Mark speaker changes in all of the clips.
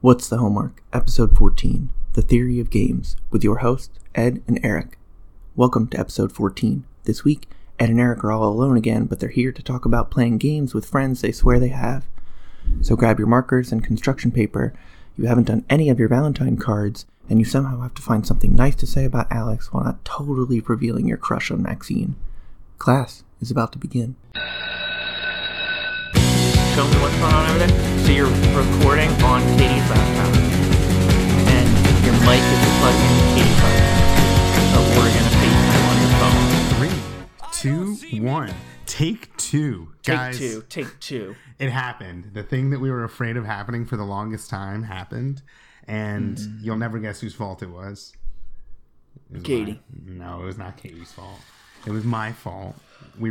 Speaker 1: What's the Homework? Episode 14 The Theory of Games with your hosts, Ed and Eric. Welcome to episode 14. This week, Ed and Eric are all alone again, but they're here to talk about playing games with friends they swear they have. So grab your markers and construction paper. You haven't done any of your Valentine cards, and you somehow have to find something nice to say about Alex while not totally revealing your crush on Maxine. Class is about to begin. Show me what's going on over there. So you're recording on Katie's laptop, and your mic is plugged into Katie's laptop. So we're gonna FaceTime on your phone.
Speaker 2: Three, two, one. Take two,
Speaker 1: Take
Speaker 2: guys.
Speaker 1: two. Take two.
Speaker 2: It happened. The thing that we were afraid of happening for the longest time happened, and
Speaker 1: Mm.
Speaker 2: you'll never guess whose fault it was. It was
Speaker 1: Katie.
Speaker 2: mine. no, it was not Katie's fault. It was my fault. We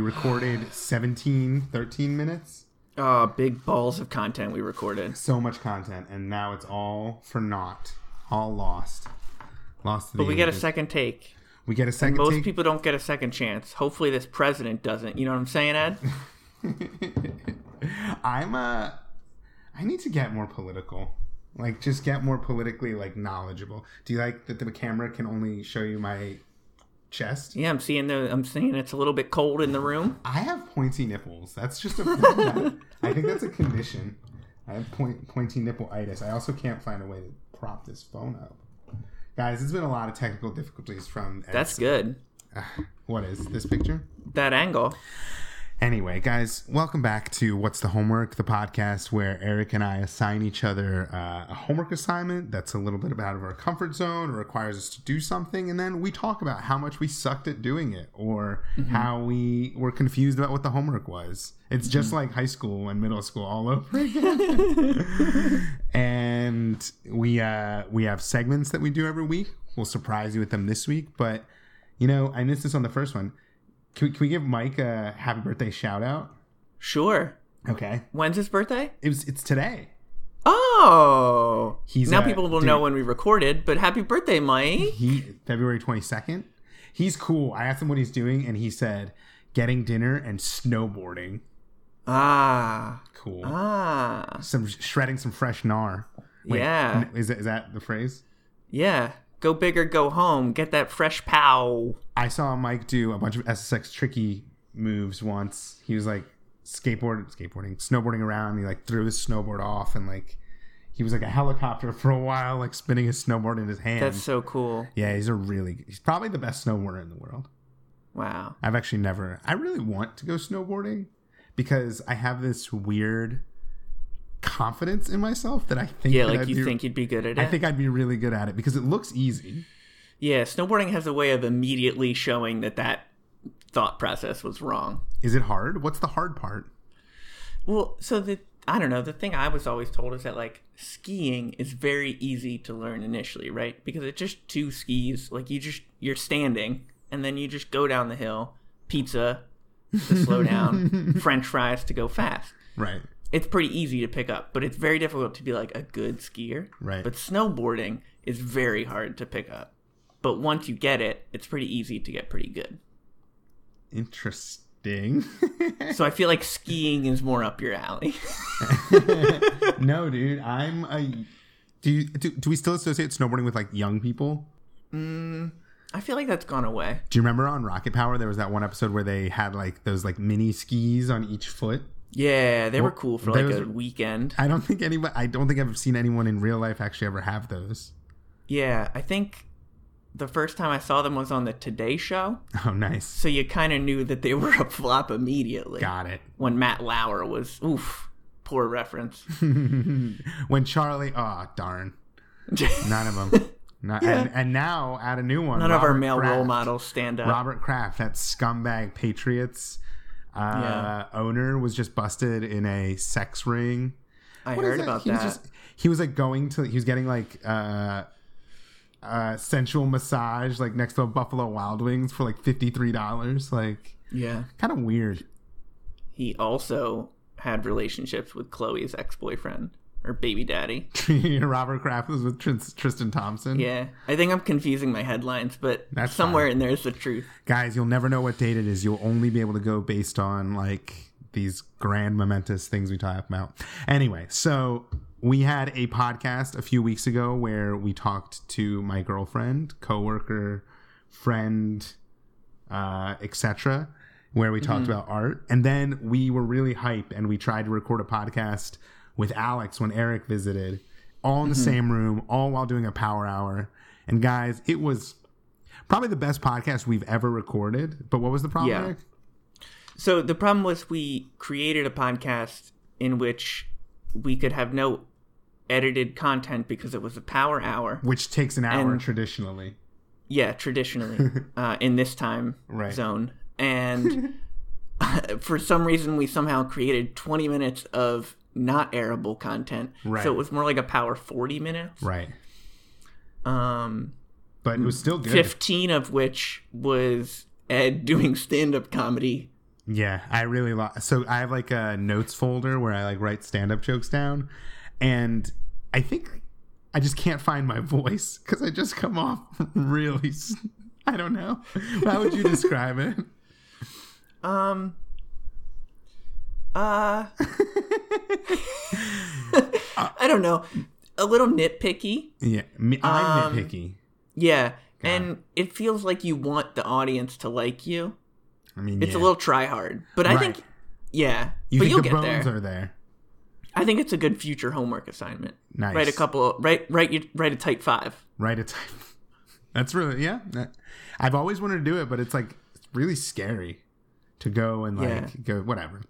Speaker 2: recorded 17, 13 minutes.
Speaker 1: Oh, big balls of content we recorded.
Speaker 2: So much content, and now it's all for naught. All lost. Lost. To
Speaker 1: But
Speaker 2: the
Speaker 1: we get a
Speaker 2: ages.
Speaker 1: second take.
Speaker 2: We get a second.
Speaker 1: Most
Speaker 2: take.
Speaker 1: people don't get a second chance. Hopefully, this president doesn't. You know what I'm saying, Ed?
Speaker 2: I'm a. I need to get more political. Like, just get more politically like knowledgeable. Do you like that the camera can only show you my chest?
Speaker 1: Yeah, I'm seeing the. I'm seeing it's a little bit cold in the room.
Speaker 2: I have pointy nipples. That's just a. I think that's a condition. I have point pointy nipple itis. I also can't find a way to prop this phone up. Guys, there's been a lot of technical difficulties from.
Speaker 1: That's good.
Speaker 2: what is this picture?
Speaker 1: That angle.
Speaker 2: Anyway, guys, welcome back to What's the Homework, the podcast where Eric and I assign each other uh, a homework assignment that's a little bit out of our comfort zone or requires us to do something. And then we talk about how much we sucked at doing it or how we were confused about what the homework was. It's just like high school and middle school all over again. and we, uh, we have segments that we do every week. We'll surprise you with them this week. But, you know, I missed this on the first one. Can we, can we give Mike a happy birthday shout out?
Speaker 1: Sure.
Speaker 2: Okay.
Speaker 1: When's his birthday?
Speaker 2: It was, it's today.
Speaker 1: Oh,
Speaker 2: He's
Speaker 1: now
Speaker 2: a
Speaker 1: people will
Speaker 2: dude.
Speaker 1: know when we recorded. But happy birthday, Mike!
Speaker 2: He February 22nd. He's cool. I asked him what he's doing and he said getting dinner and snowboarding.
Speaker 1: Ah,
Speaker 2: Cool.
Speaker 1: ah,
Speaker 2: Some shredding some fresh gnar.
Speaker 1: Yeah.
Speaker 2: n- Is that, is that the phrase?
Speaker 1: yeah. Go big or go home. Get that fresh pow.
Speaker 2: I saw Mike do a bunch of SSX tricky moves once. He was like skateboard skateboarding, snowboarding around. He like threw his snowboard off and like he was like a helicopter for a while, like spinning his snowboard in his hand.
Speaker 1: That's so cool.
Speaker 2: Yeah, he's a really he's probably the best snowboarder in the world.
Speaker 1: Wow.
Speaker 2: I've actually never I really want to go snowboarding because I have this weird confidence in myself that I think
Speaker 1: Yeah,
Speaker 2: that
Speaker 1: like
Speaker 2: I'd
Speaker 1: you
Speaker 2: be-
Speaker 1: think you'd be good at it.
Speaker 2: I think I'd be really good at it because it looks easy.
Speaker 1: yeah, snowboarding has a way of immediately showing that that thought process was wrong.
Speaker 2: Is it hard? What's the hard part?
Speaker 1: Well, so the I don't know, the thing I was always told is that like skiing is very easy to learn initially, right? Because it's just two skis, like you just you're standing and then you just go down the hill, pizza to slow down, french fries to go fast.
Speaker 2: Right.
Speaker 1: It's pretty easy to pick up, but it's very difficult to be like a good skier.
Speaker 2: Right.
Speaker 1: But snowboarding is very hard to pick up. But once you get it, it's pretty easy to get pretty good.
Speaker 2: Interesting.
Speaker 1: So I feel like skiing is more up your alley.
Speaker 2: no, dude, I'm a do, you, do do we still associate snowboarding with like young people?
Speaker 1: I feel like that's gone away.
Speaker 2: Do you remember on Rocket Power there was that one episode where they had like those like mini skis on each foot?
Speaker 1: Yeah, they were cool for like
Speaker 2: those
Speaker 1: a
Speaker 2: are-
Speaker 1: weekend.
Speaker 2: I don't think anybody. I don't think I've seen anyone in real life actually ever have those.
Speaker 1: Yeah, I think the first time I saw them was on the Today Show,
Speaker 2: Oh, nice.
Speaker 1: so you kind of knew that they were a flop immediately.
Speaker 2: Got it.
Speaker 1: When Matt Lauer was, oof, poor reference.
Speaker 2: when Charlie. Oh, darn. None of them. Not, and, and now add a new one.
Speaker 1: None of our
Speaker 2: Robert
Speaker 1: male role
Speaker 2: Kraft.
Speaker 1: models stand up.
Speaker 2: Robert Kraft, that scumbag Patriots uh, owner, was just busted in a sex ring.
Speaker 1: I
Speaker 2: What is
Speaker 1: heard
Speaker 2: that?
Speaker 1: about
Speaker 2: he
Speaker 1: that.
Speaker 2: Was just, he was like going to. He was getting like. uh uh, sensual massage like next to a Buffalo Wild Wings for like fifty three dollars, like
Speaker 1: Yeah.
Speaker 2: kind of weird.
Speaker 1: He also had relationships with Chloe's ex boyfriend or baby daddy.
Speaker 2: Robert Kraft was with Tris- Tristan Thompson.
Speaker 1: Yeah. I think I'm confusing my headlines, but
Speaker 2: That's
Speaker 1: somewhere in there is the truth.
Speaker 2: Guys, you'll never know what date it is. You'll only be able to go based on like these grand momentous things we talk about. Anyway, so we had a podcast a few weeks ago where we talked to my girlfriend, coworker, friend, uh, etc., where we
Speaker 1: Mm-hmm.
Speaker 2: talked about art. And then we were really hyped and we tried to record a podcast with Alex when Eric visited, all in the
Speaker 1: Mm-hmm.
Speaker 2: same room, all while doing a power hour. And guys, it was probably the best podcast we've ever recorded. But what was the problem,
Speaker 1: Yeah.
Speaker 2: Eric?
Speaker 1: So the problem was we created a podcast in which we could have no edited content because it was a power hour.
Speaker 2: Which takes an hour
Speaker 1: And-
Speaker 2: traditionally.
Speaker 1: Yeah, traditionally uh, in this time
Speaker 2: Right.
Speaker 1: zone, and for some reason we somehow created 20 minutes of not airable content.
Speaker 2: Right.
Speaker 1: So it was more like a power 40 minutes.
Speaker 2: Right.
Speaker 1: Um,
Speaker 2: But it was still good.
Speaker 1: 15 of which was Ed doing stand-up comedy.
Speaker 2: Yeah, I really lo- so I have like a notes folder where I like write stand up jokes down, and I think I just can't find my voice because I just come off really. s- I don't know. How would you describe it?
Speaker 1: Um. Uh. I don't know. A little nitpicky.
Speaker 2: Yeah, me, I'm
Speaker 1: Um,
Speaker 2: nitpicky.
Speaker 1: Yeah. And it feels like you want the audience to like you.
Speaker 2: I mean,
Speaker 1: It's
Speaker 2: yeah.
Speaker 1: a little try hard. But I
Speaker 2: Right.
Speaker 1: think, yeah.
Speaker 2: You
Speaker 1: but
Speaker 2: think
Speaker 1: you'll
Speaker 2: the
Speaker 1: get there.
Speaker 2: bones are there?
Speaker 1: I think it's a good future homework assignment.
Speaker 2: Nice.
Speaker 1: Write a couple, write, write, you, write a type five.
Speaker 2: Right. It's that's really yeah. that- I've always wanted to do it, but it's like it's really scary to go and like
Speaker 1: Yeah.
Speaker 2: go whatever.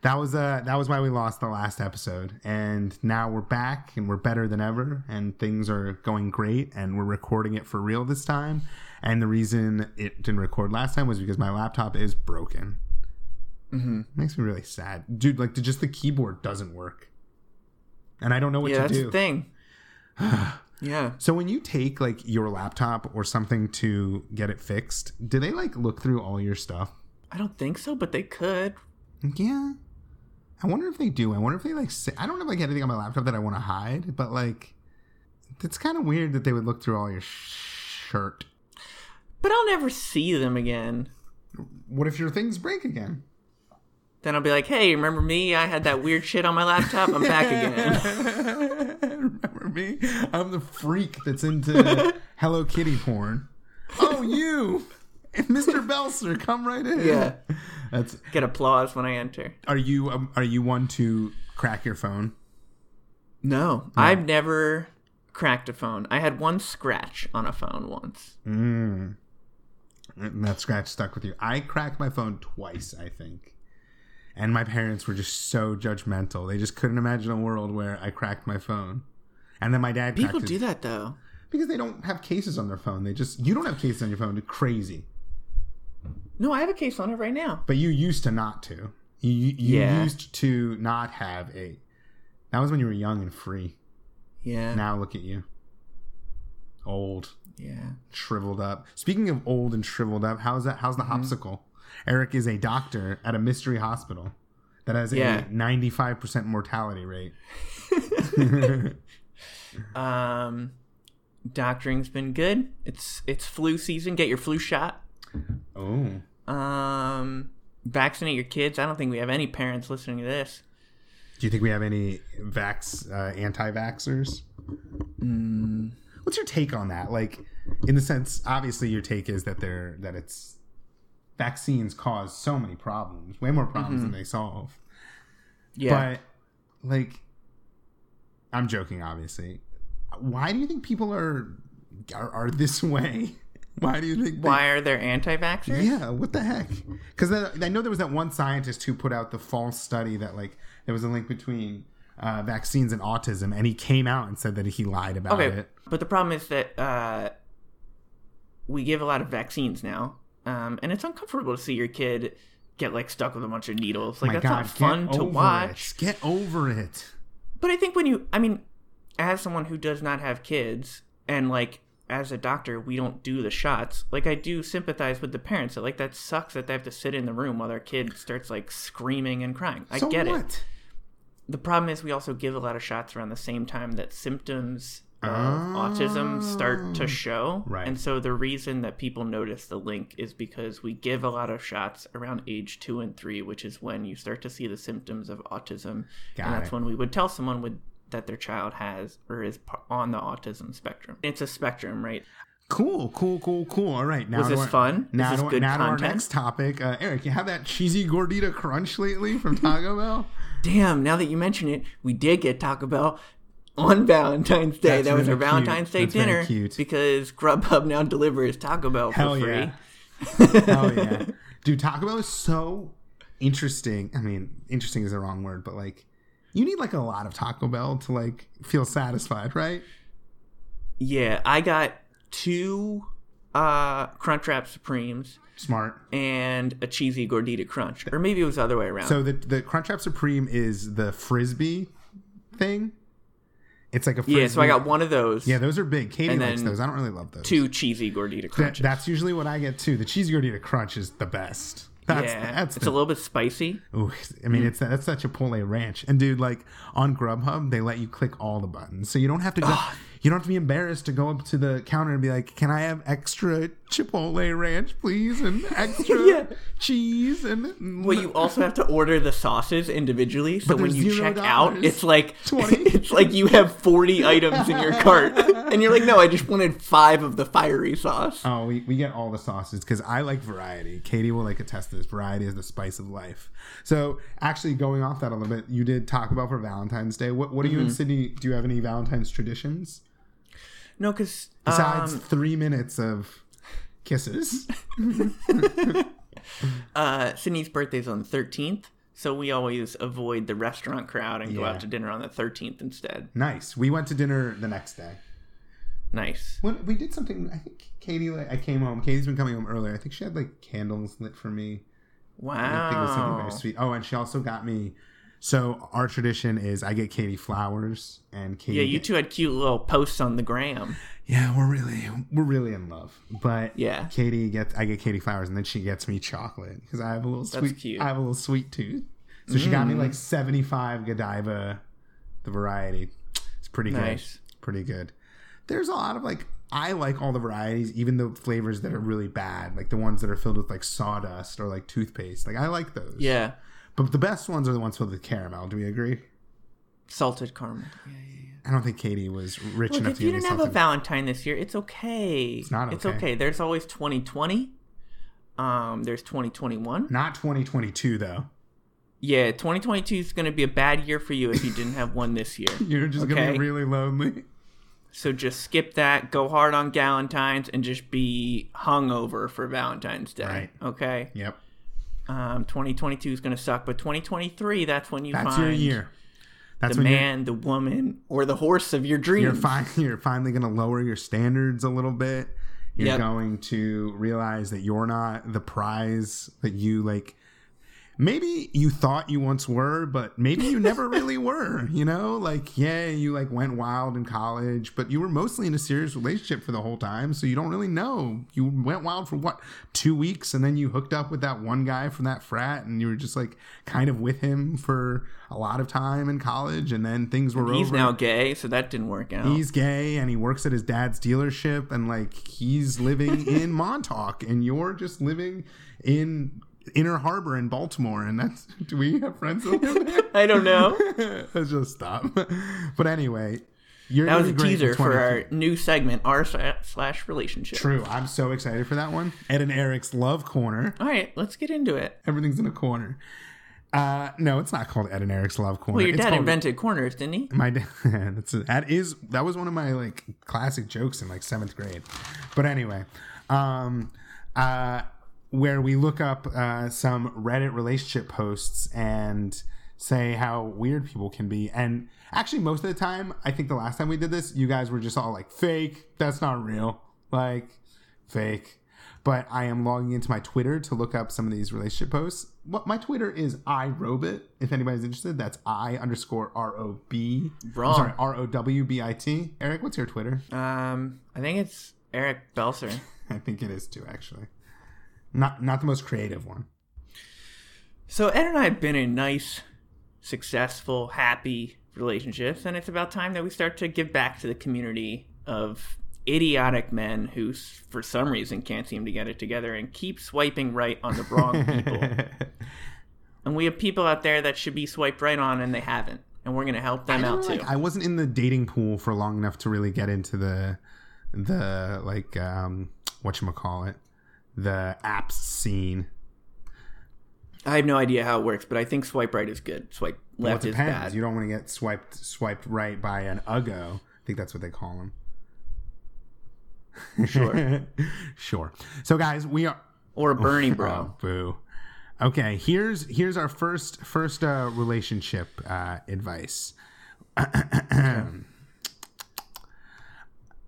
Speaker 2: That was uh that was why we lost the last episode, and now we're back and we're better than ever, and things are going great, and we're recording it for real this time. And the reason it didn't record last time was because my laptop is broken.
Speaker 1: Mhm.
Speaker 2: Makes me really sad, dude. Like, just the keyboard doesn't work, and I don't know what
Speaker 1: yeah,
Speaker 2: to
Speaker 1: that's
Speaker 2: do.
Speaker 1: the thing. yeah.
Speaker 2: So when you take like your laptop or something to get it fixed, do they like look through all your stuff?
Speaker 1: I don't think so, but they could.
Speaker 2: Yeah. I wonder if they do. I wonder if they like. Say, I don't have like anything on my laptop that I want to hide, but like, it's kind of weird that they would look through all your sh- shirt.
Speaker 1: But I'll never see them again.
Speaker 2: What if your things break again?
Speaker 1: Then I'll be like, hey, remember me? I had that weird shit on my laptop. I'm back again.
Speaker 2: Remember me? I'm the freak that's into Hello Kitty porn. Oh, you, Mr. Belser, come right in.
Speaker 1: Yeah.
Speaker 2: that's
Speaker 1: Get applause when I enter.
Speaker 2: Are you um, are you one to crack your phone?
Speaker 1: No, I've never cracked a phone. I had one scratch on a phone once.
Speaker 2: Mm. And that scratch stuck with you. I cracked my phone twice, I think. And my parents were just so judgmental. They just couldn't imagine a world where I cracked my phone. And then my dad cracked
Speaker 1: People
Speaker 2: his-
Speaker 1: do that though.
Speaker 2: because they don't have cases on their phone. They just you don't have cases on your phone. You're crazy.
Speaker 1: No, I have a case on it right now.
Speaker 2: But you used to not to. You you, you
Speaker 1: Yeah.
Speaker 2: used to not have a. That was when you were young and free.
Speaker 1: Yeah.
Speaker 2: Now look at you. Old.
Speaker 1: Yeah.
Speaker 2: shriveled up. Speaking of old and shriveled up, how's that? How's the hopsicle? Eric is a doctor at a mystery hospital that has
Speaker 1: Yeah.
Speaker 2: a ninety-five percent mortality rate.
Speaker 1: Um doctoring's been good. It's it's flu season. Get your flu shot.
Speaker 2: oh,
Speaker 1: Um vaccinate your kids. I don't think we have any parents listening to this.
Speaker 2: do you think we have any vax uh, anti-vaxxers? What's your take on that? Like, in the sense, obviously, your take is that they're that it's vaccines cause so many problems, way more problems than they solve.
Speaker 1: Yeah.
Speaker 2: But like I'm joking obviously. Why do you think people are are, are this way? Why do you think they-
Speaker 1: Why are there anti-vaxxers?
Speaker 2: Yeah, what the heck? Cuz I know there was that one scientist who put out the false study that like there was a link between uh, vaccines and autism and he came out and said that he lied about
Speaker 1: Okay,
Speaker 2: it.
Speaker 1: but the problem is that uh, we give a lot of vaccines now, um, and it's uncomfortable to see your kid get like stuck with a bunch of needles. Like
Speaker 2: My
Speaker 1: that's
Speaker 2: god,
Speaker 1: not fun
Speaker 2: get
Speaker 1: to
Speaker 2: over
Speaker 1: watch.
Speaker 2: It. Get over it.
Speaker 1: But I think when you, I mean, as someone who does not have kids, and like as a doctor, we don't do the shots. Like I do sympathize with the parents that like that sucks that they have to sit in the room while their kid starts like screaming and crying. I
Speaker 2: so
Speaker 1: get
Speaker 2: what?
Speaker 1: it. the problem is we also give a lot of shots around the same time that symptoms of autism start to show
Speaker 2: Oh. Right.
Speaker 1: and so the reason that people notice the link is because we give a lot of shots around age two and three which is when you start to see the symptoms of autism
Speaker 2: Got
Speaker 1: and that's
Speaker 2: it.
Speaker 1: when we would tell someone with that their child has or is p- on the autism spectrum. It's a spectrum, right?
Speaker 2: Cool, cool, cool, cool. All right, now
Speaker 1: Was
Speaker 2: to
Speaker 1: this
Speaker 2: our-
Speaker 1: fun? Is
Speaker 2: Now,
Speaker 1: this
Speaker 2: to,
Speaker 1: good
Speaker 2: now to our
Speaker 1: content?
Speaker 2: next topic, uh, Eric. You had that cheesy gordita crunch lately from Taco Bell.
Speaker 1: Damn, now that you mention it, we did get Taco Bell on Valentine's Day.
Speaker 2: That's
Speaker 1: that was our
Speaker 2: really cute.
Speaker 1: Valentine's Day
Speaker 2: That's very
Speaker 1: dinner
Speaker 2: cute.
Speaker 1: because Grubhub now delivers Taco Bell for
Speaker 2: Hell
Speaker 1: free.
Speaker 2: yeah. Hell yeah, dude. Taco Bell is so interesting. I mean, interesting is the wrong word, but like, you need like a lot of Taco Bell to like feel satisfied, right?
Speaker 1: Yeah, I got two uh Crunchwrap Supremes
Speaker 2: Smart.
Speaker 1: and a cheesy gordita crunch, or maybe it was the other way around.
Speaker 2: So the the Crunchwrap Supreme is the frisbee thing. It's like a frisbee.
Speaker 1: yeah, so I got one of those.
Speaker 2: Yeah, those are big. Katie
Speaker 1: And
Speaker 2: likes
Speaker 1: then
Speaker 2: those. I don't really love those.
Speaker 1: two cheesy gordita
Speaker 2: That,
Speaker 1: crunches.
Speaker 2: that's usually what I get too. The cheese gordita crunch is the best. That's
Speaker 1: yeah,
Speaker 2: that's
Speaker 1: it's
Speaker 2: the,
Speaker 1: a little bit spicy.
Speaker 2: ooh, I mean, it's that's such a Chipotle ranch. And dude, like on Grubhub, they let you click all the buttons, so you don't have to go, you don't have to be embarrassed to go up to the counter and be like, "Can I have extra Chipotle ranch, please, and extra
Speaker 1: Yeah.
Speaker 2: cheese and
Speaker 1: Well, you also have to order the sauces individually. So when
Speaker 2: there's
Speaker 1: you
Speaker 2: zero
Speaker 1: check
Speaker 2: dollars.
Speaker 1: out, it's like
Speaker 2: 20.
Speaker 1: it's like you have forty items in your cart, and you're like, no, I just wanted five of the fiery sauce.
Speaker 2: Oh, we, we get all the sauces because I like variety. Katie will like attest to this. Variety is the spice of life. So, actually, going off that a little bit, you did talk about for Valentine's Day. What what are
Speaker 1: Mm-hmm.
Speaker 2: you in Sydney? Do you have any Valentine's traditions
Speaker 1: No, because
Speaker 2: besides
Speaker 1: Um,
Speaker 2: three minutes of kisses?
Speaker 1: uh, Sydney's birthday's on the thirteenth, so we always avoid the restaurant crowd and go
Speaker 2: Yeah.
Speaker 1: out to dinner on the thirteenth instead.
Speaker 2: nice. We went to dinner the next day.
Speaker 1: Nice.
Speaker 2: When we did something, I think Katie. Like, I came home. Katie's been coming home earlier. I think she had like candles lit for me. I think it was something
Speaker 1: Wow.
Speaker 2: very sweet. Oh, and she also got me. So our tradition is I get Katie flowers and Katie.
Speaker 1: Yeah, you
Speaker 2: get-
Speaker 1: two had cute little posts on the gram.
Speaker 2: Yeah, we're really we're really in love. But
Speaker 1: Yeah.
Speaker 2: Katie gets I get Katie flowers and then she gets me chocolate because I have a little sweet
Speaker 1: cute. Mm.
Speaker 2: I have a little sweet tooth. So she got me like seventy five Godiva, the variety. It's pretty
Speaker 1: Nice.
Speaker 2: good. Pretty good. There's a lot of like I like all the varieties, even the flavors that are really bad, like the ones that are filled with like sawdust or like toothpaste. Like I like those.
Speaker 1: Yeah,
Speaker 2: But the best ones are the ones filled with caramel. Do we agree?
Speaker 1: salted caramel. Yeah, yeah, yeah.
Speaker 2: I don't think Katie was rich
Speaker 1: Look,
Speaker 2: enough
Speaker 1: if
Speaker 2: to
Speaker 1: you
Speaker 2: give me
Speaker 1: didn't have
Speaker 2: something.
Speaker 1: a Valentine this year, it's okay. It's
Speaker 2: not
Speaker 1: It's
Speaker 2: okay.
Speaker 1: okay. There's always 2020. Um, there's 2021.
Speaker 2: Not 2022 though.
Speaker 1: Yeah, 2022 is going to be a bad year for you if you didn't have one this year.
Speaker 2: You're just gonna be
Speaker 1: Okay.
Speaker 2: really lonely.
Speaker 1: So just skip that. Go hard on Valentine's and just be hungover for Valentine's Day.
Speaker 2: Right.
Speaker 1: Okay.
Speaker 2: Yep.
Speaker 1: Um, 2022 is going to suck, but 2023 that's when you
Speaker 2: That's
Speaker 1: find
Speaker 2: your year. That's
Speaker 1: the
Speaker 2: when you're-
Speaker 1: man, the woman, or the horse of your dreams.
Speaker 2: you're, fi- you're finally going to lower your standards a little bit. You're
Speaker 1: Yep.
Speaker 2: going to realize that you're not the prize that you like. Maybe you thought you once were, but maybe you never really were. You know, like yeah, you like went wild in college, but you were mostly in a serious relationship for the whole time, so you don't really know. You went wild for what two weeks, and then you hooked up with that one guy from that frat, and you were just like kind of with him for a lot of time in college, and then things were
Speaker 1: He's
Speaker 2: over.
Speaker 1: now gay, so that didn't work out.
Speaker 2: He's gay and he works at his dad's dealership and like he's living in Montauk and you're just living in Inner Harbor in Baltimore and that's do we have friends that live
Speaker 1: I don't know.
Speaker 2: there? Let's just stop. But anyway, you're
Speaker 1: That was a
Speaker 2: gonna be great in
Speaker 1: teaser for
Speaker 2: 22.
Speaker 1: our new segment, R sla- slash relationship.
Speaker 2: True. I'm so excited for that one. Ed and Eric's love corner.
Speaker 1: All right, let's get into it.
Speaker 2: Everything's in a corner. Uh no, it's not called Ed and Eric's love corner.
Speaker 1: Well, your
Speaker 2: it's
Speaker 1: dad
Speaker 2: called
Speaker 1: invented corners, didn't he?
Speaker 2: My dad, that's that is that was one of my like classic jokes in like seventh grade. But anyway, um, uh, where we look up uh, some Reddit relationship posts and say how weird people can be. And actually, most of the time, I think the last time we did this, you guys were just all like, "Fake, that's not real," like fake. But I am logging into my Twitter to look up some of these relationship posts. What my Twitter is iRobit. If anybody's interested, that's I underscore R O B.
Speaker 1: Wrong.
Speaker 2: Sorry, R O W B I T. Eric, what's your Twitter?
Speaker 1: Um, I think it's Eric Belser.
Speaker 2: I think it is too, actually. Not not the most creative one.
Speaker 1: So Ed and I have been in nice, successful, happy relationships, and it's about time that we start to give back to the community of idiotic men who, s- for some reason, can't seem to get it together and keep swiping right on the wrong people. and we have people out there that should be swiped right on, and they haven't. And and we're gonna help them
Speaker 2: I
Speaker 1: out
Speaker 2: don't,
Speaker 1: too.
Speaker 2: like- I wasn't in the dating pool for long enough to really get into the the like um what you call it the apps scene.
Speaker 1: I have no idea how it works, but I think swipe right is good. Swipe
Speaker 2: Well,
Speaker 1: left
Speaker 2: it
Speaker 1: is
Speaker 2: depends.
Speaker 1: bad.
Speaker 2: You don't want to get swiped swiped right by an uggo. I think that's what they call him.
Speaker 1: Sure.
Speaker 2: sure. So guys, we are
Speaker 1: Or a Bernie bro.
Speaker 2: Oh, boo. Okay, here's here's our first first uh, relationship uh, advice.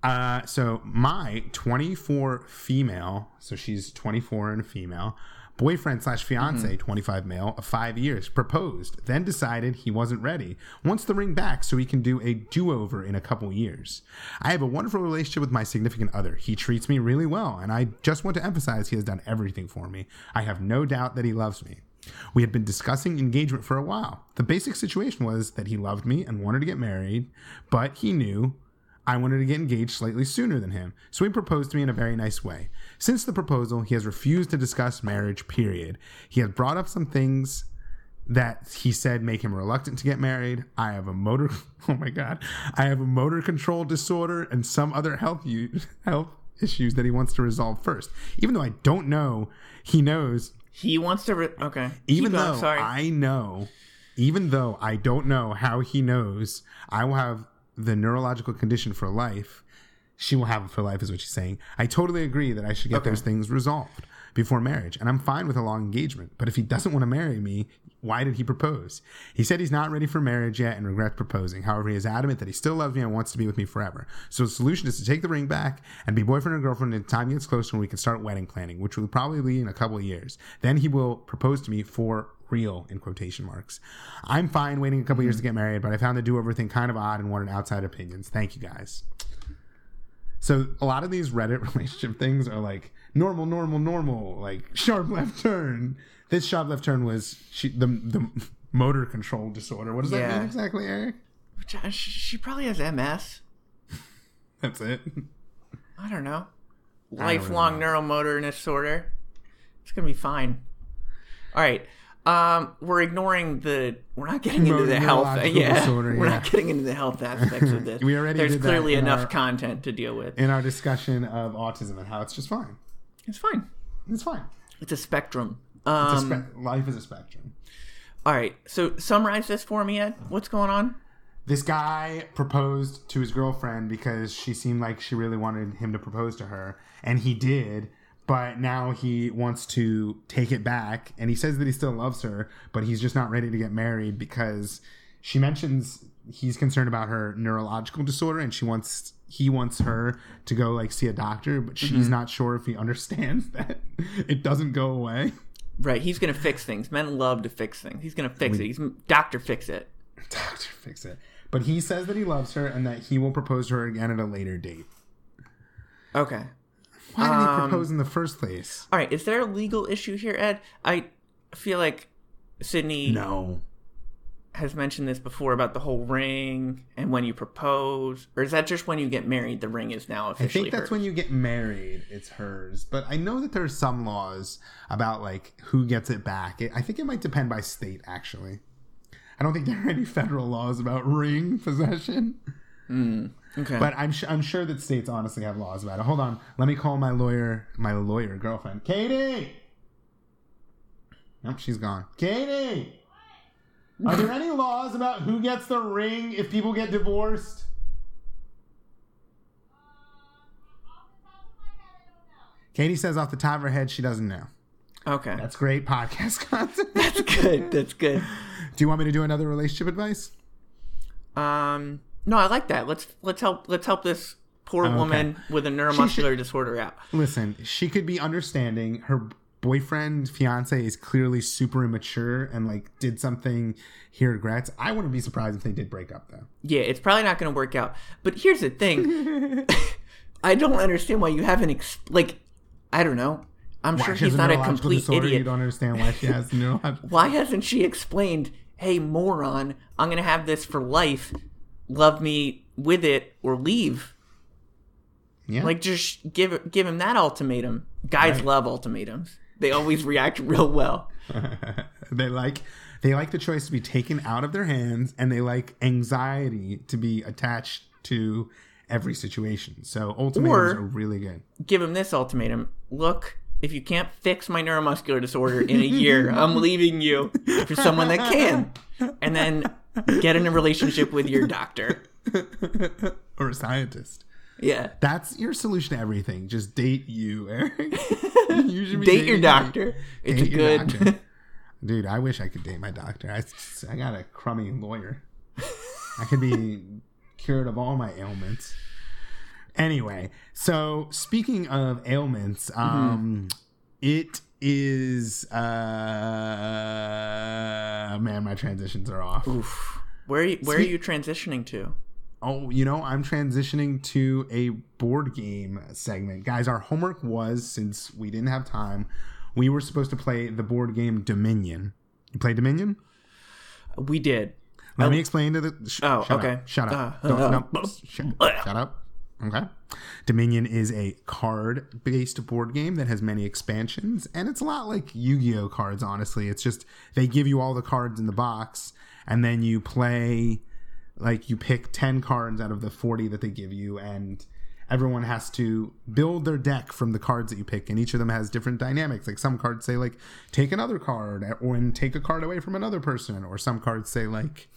Speaker 2: uh, so my 24 female, so she's 24 and female, boyfriend slash fiance, 25 male, of five years, proposed, then decided he wasn't ready. Wants the ring back so he can do a do over in a couple years. I have a wonderful relationship with my significant other. He treats me really well, and I just want to emphasize he has done everything for me. I have no doubt that he loves me. We had been discussing engagement for a while. The basic situation was that he loved me and wanted to get married, but he knew I wanted to get engaged slightly sooner than him, so he proposed to me in a very nice way. Since the proposal, he has refused to discuss marriage, period. He has brought up some things that he said make him reluctant to get married. I have a motor oh my god. I have a motor control disorder and some other health u- health issues that he wants to resolve first. Even though I don't know, he knows
Speaker 1: He wants to. Re- okay.
Speaker 2: even
Speaker 1: Keep going,
Speaker 2: though
Speaker 1: sorry.
Speaker 2: I know, even though I don't know how he knows, I will have the neurological condition for life. She will have it for life, is what she's saying. I totally agree that I should get those things resolved before marriage, and I'm fine with a long engagement. But if he doesn't want to marry me, why did he propose? He said he's not ready for marriage yet and regrets proposing. However, he is adamant that he still loves me and wants to be with me forever. So the solution is to take the ring back and be boyfriend and girlfriend until time gets closer and we can start wedding planning, which will probably be in a couple of years. Then he will propose to me for real in quotation marks. I'm fine waiting a couple years to get married, but I found the do over thing kind of odd and wanted outside opinions. Thank you guys. So a lot of these Reddit relationship things are like normal, normal, normal, like sharp left turn. This sharp left turn was she, the the motor control disorder. What does that
Speaker 1: Yeah.
Speaker 2: mean exactly, Eric?
Speaker 1: Which I- she she probably has MS.
Speaker 2: That's it.
Speaker 1: I don't know.
Speaker 2: really
Speaker 1: Lifelong neuromotor disorder. It's gonna be fine. All right. Um, we're ignoring the. We're not getting into
Speaker 2: Motor
Speaker 1: the health. uh,
Speaker 2: neurological
Speaker 1: Yeah,
Speaker 2: disorder,
Speaker 1: we're
Speaker 2: yeah.
Speaker 1: not getting into the health aspects of this.
Speaker 2: We already
Speaker 1: There's
Speaker 2: did that
Speaker 1: clearly
Speaker 2: in
Speaker 1: enough
Speaker 2: our-
Speaker 1: content to deal with.
Speaker 2: In our discussion of autism and how it's just fine.
Speaker 1: It's fine.
Speaker 2: It's fine.
Speaker 1: It's a spectrum.
Speaker 2: It's a
Speaker 1: Um,
Speaker 2: spe- life is a spectrum.
Speaker 1: all right. So summarize this for me, Ed. What's going on?
Speaker 2: This guy proposed to his girlfriend because she seemed like she really wanted him to propose to her, and he did. But now he wants to take it back, and he says that he still loves her, but he's just not ready to get married because she mentions he's concerned about her neurological disorder, and she wants he wants her to go like see a doctor, but she's not sure if he understands that it doesn't go away.
Speaker 1: Right. He's gonna fix things. Men love to fix things. He's gonna fix it. He's Doctor Fix It.
Speaker 2: Doctor, fix it. But he says that he loves her and that he will propose to her again at a later date.
Speaker 1: Okay.
Speaker 2: Why did he
Speaker 1: Um,
Speaker 2: propose in the first place?
Speaker 1: All right, is there a legal issue here, Ed? I feel like Sydney
Speaker 2: No.
Speaker 1: has mentioned this before about the whole ring and when you propose, or is that just when you get married? The ring is now
Speaker 2: I
Speaker 1: officially
Speaker 2: think that's
Speaker 1: hers?
Speaker 2: when you get married, it's hers. But I know that there are some laws about like who gets it back. It, I think it might depend by state, actually. I don't think there are any federal laws about ring possession,
Speaker 1: Okay.
Speaker 2: but I'm su- I'm sure that states honestly have laws about it. Hold on, let me call my lawyer, my lawyer girlfriend, Katie. Nope, she's gone. Katie, are there any laws about who gets the ring if people get divorced? Katie says off the top of her head she doesn't know.
Speaker 1: okay.
Speaker 2: That's great podcast content.
Speaker 1: That's good. That's good.
Speaker 2: do you want me to do another relationship advice?
Speaker 1: Um, no, I like that. Let's let's help let's help this poor
Speaker 2: okay.
Speaker 1: woman with a neuromuscular disorder out.
Speaker 2: Listen, she could be understanding. Her boyfriend, fiance is clearly super immature and like did something he regrets. I wouldn't be surprised if they did break up though.
Speaker 1: Yeah, it's probably not going to work out. But here's the thing: I don't understand why you haven't ex- like I don't know. I'm
Speaker 2: Why
Speaker 1: sure
Speaker 2: she has
Speaker 1: he's not a
Speaker 2: neurological
Speaker 1: complete
Speaker 2: disorder,
Speaker 1: idiot.
Speaker 2: You don't understand why she has neurological.
Speaker 1: why hasn't she explained hey moron i'm gonna have this for life love me with it or leave
Speaker 2: Yeah.
Speaker 1: like just give give him that ultimatum guys
Speaker 2: Right.
Speaker 1: love ultimatums They always react real well.
Speaker 2: they like they like the choice to be taken out of their hands and they like anxiety to be attached to every situation. So ultimatums
Speaker 1: Or-
Speaker 2: are really good.
Speaker 1: Give him this ultimatum. Look, if you can't fix my neuromuscular disorder in a year, I'm leaving you for someone that can. And then get in a relationship with your doctor.
Speaker 2: or a scientist.
Speaker 1: Yeah.
Speaker 2: That's your solution to everything. Just date you, Eric. you should be
Speaker 1: Date your
Speaker 2: dating-
Speaker 1: doctor.
Speaker 2: date
Speaker 1: It's a
Speaker 2: your
Speaker 1: good
Speaker 2: doctor. Dude, I wish I could date my doctor. I, s- I got a crummy lawyer. I could be cured of all my ailments. Anyway, so speaking of ailments,
Speaker 1: Mm-hmm.
Speaker 2: um, it is uh man, my transitions are off.
Speaker 1: Oof. Where are you, where are you transitioning to?
Speaker 2: Oh, you know, I'm transitioning to a board game segment. Guys, our homework was since we didn't have time, we were supposed to play the board game Dominion. You play Dominion?
Speaker 1: We did.
Speaker 2: Let me explain to the. Sh-
Speaker 1: Oh,
Speaker 2: shut up.
Speaker 1: okay.
Speaker 2: Shut up.
Speaker 1: Uh,
Speaker 2: Don't-
Speaker 1: uh,
Speaker 2: no, sh- shut, up. Okay. Dominion is a card based board game that has many expansions, and it's a lot like Yu Gi Oh cards, honestly. It's just they give you all the cards in the box, and then you play, like, you pick 10 cards out of the 40 that they give you, and everyone has to build their deck from the cards that you pick and each of them has different dynamics like some cards say like take another card or and take a card away from another person or some cards say like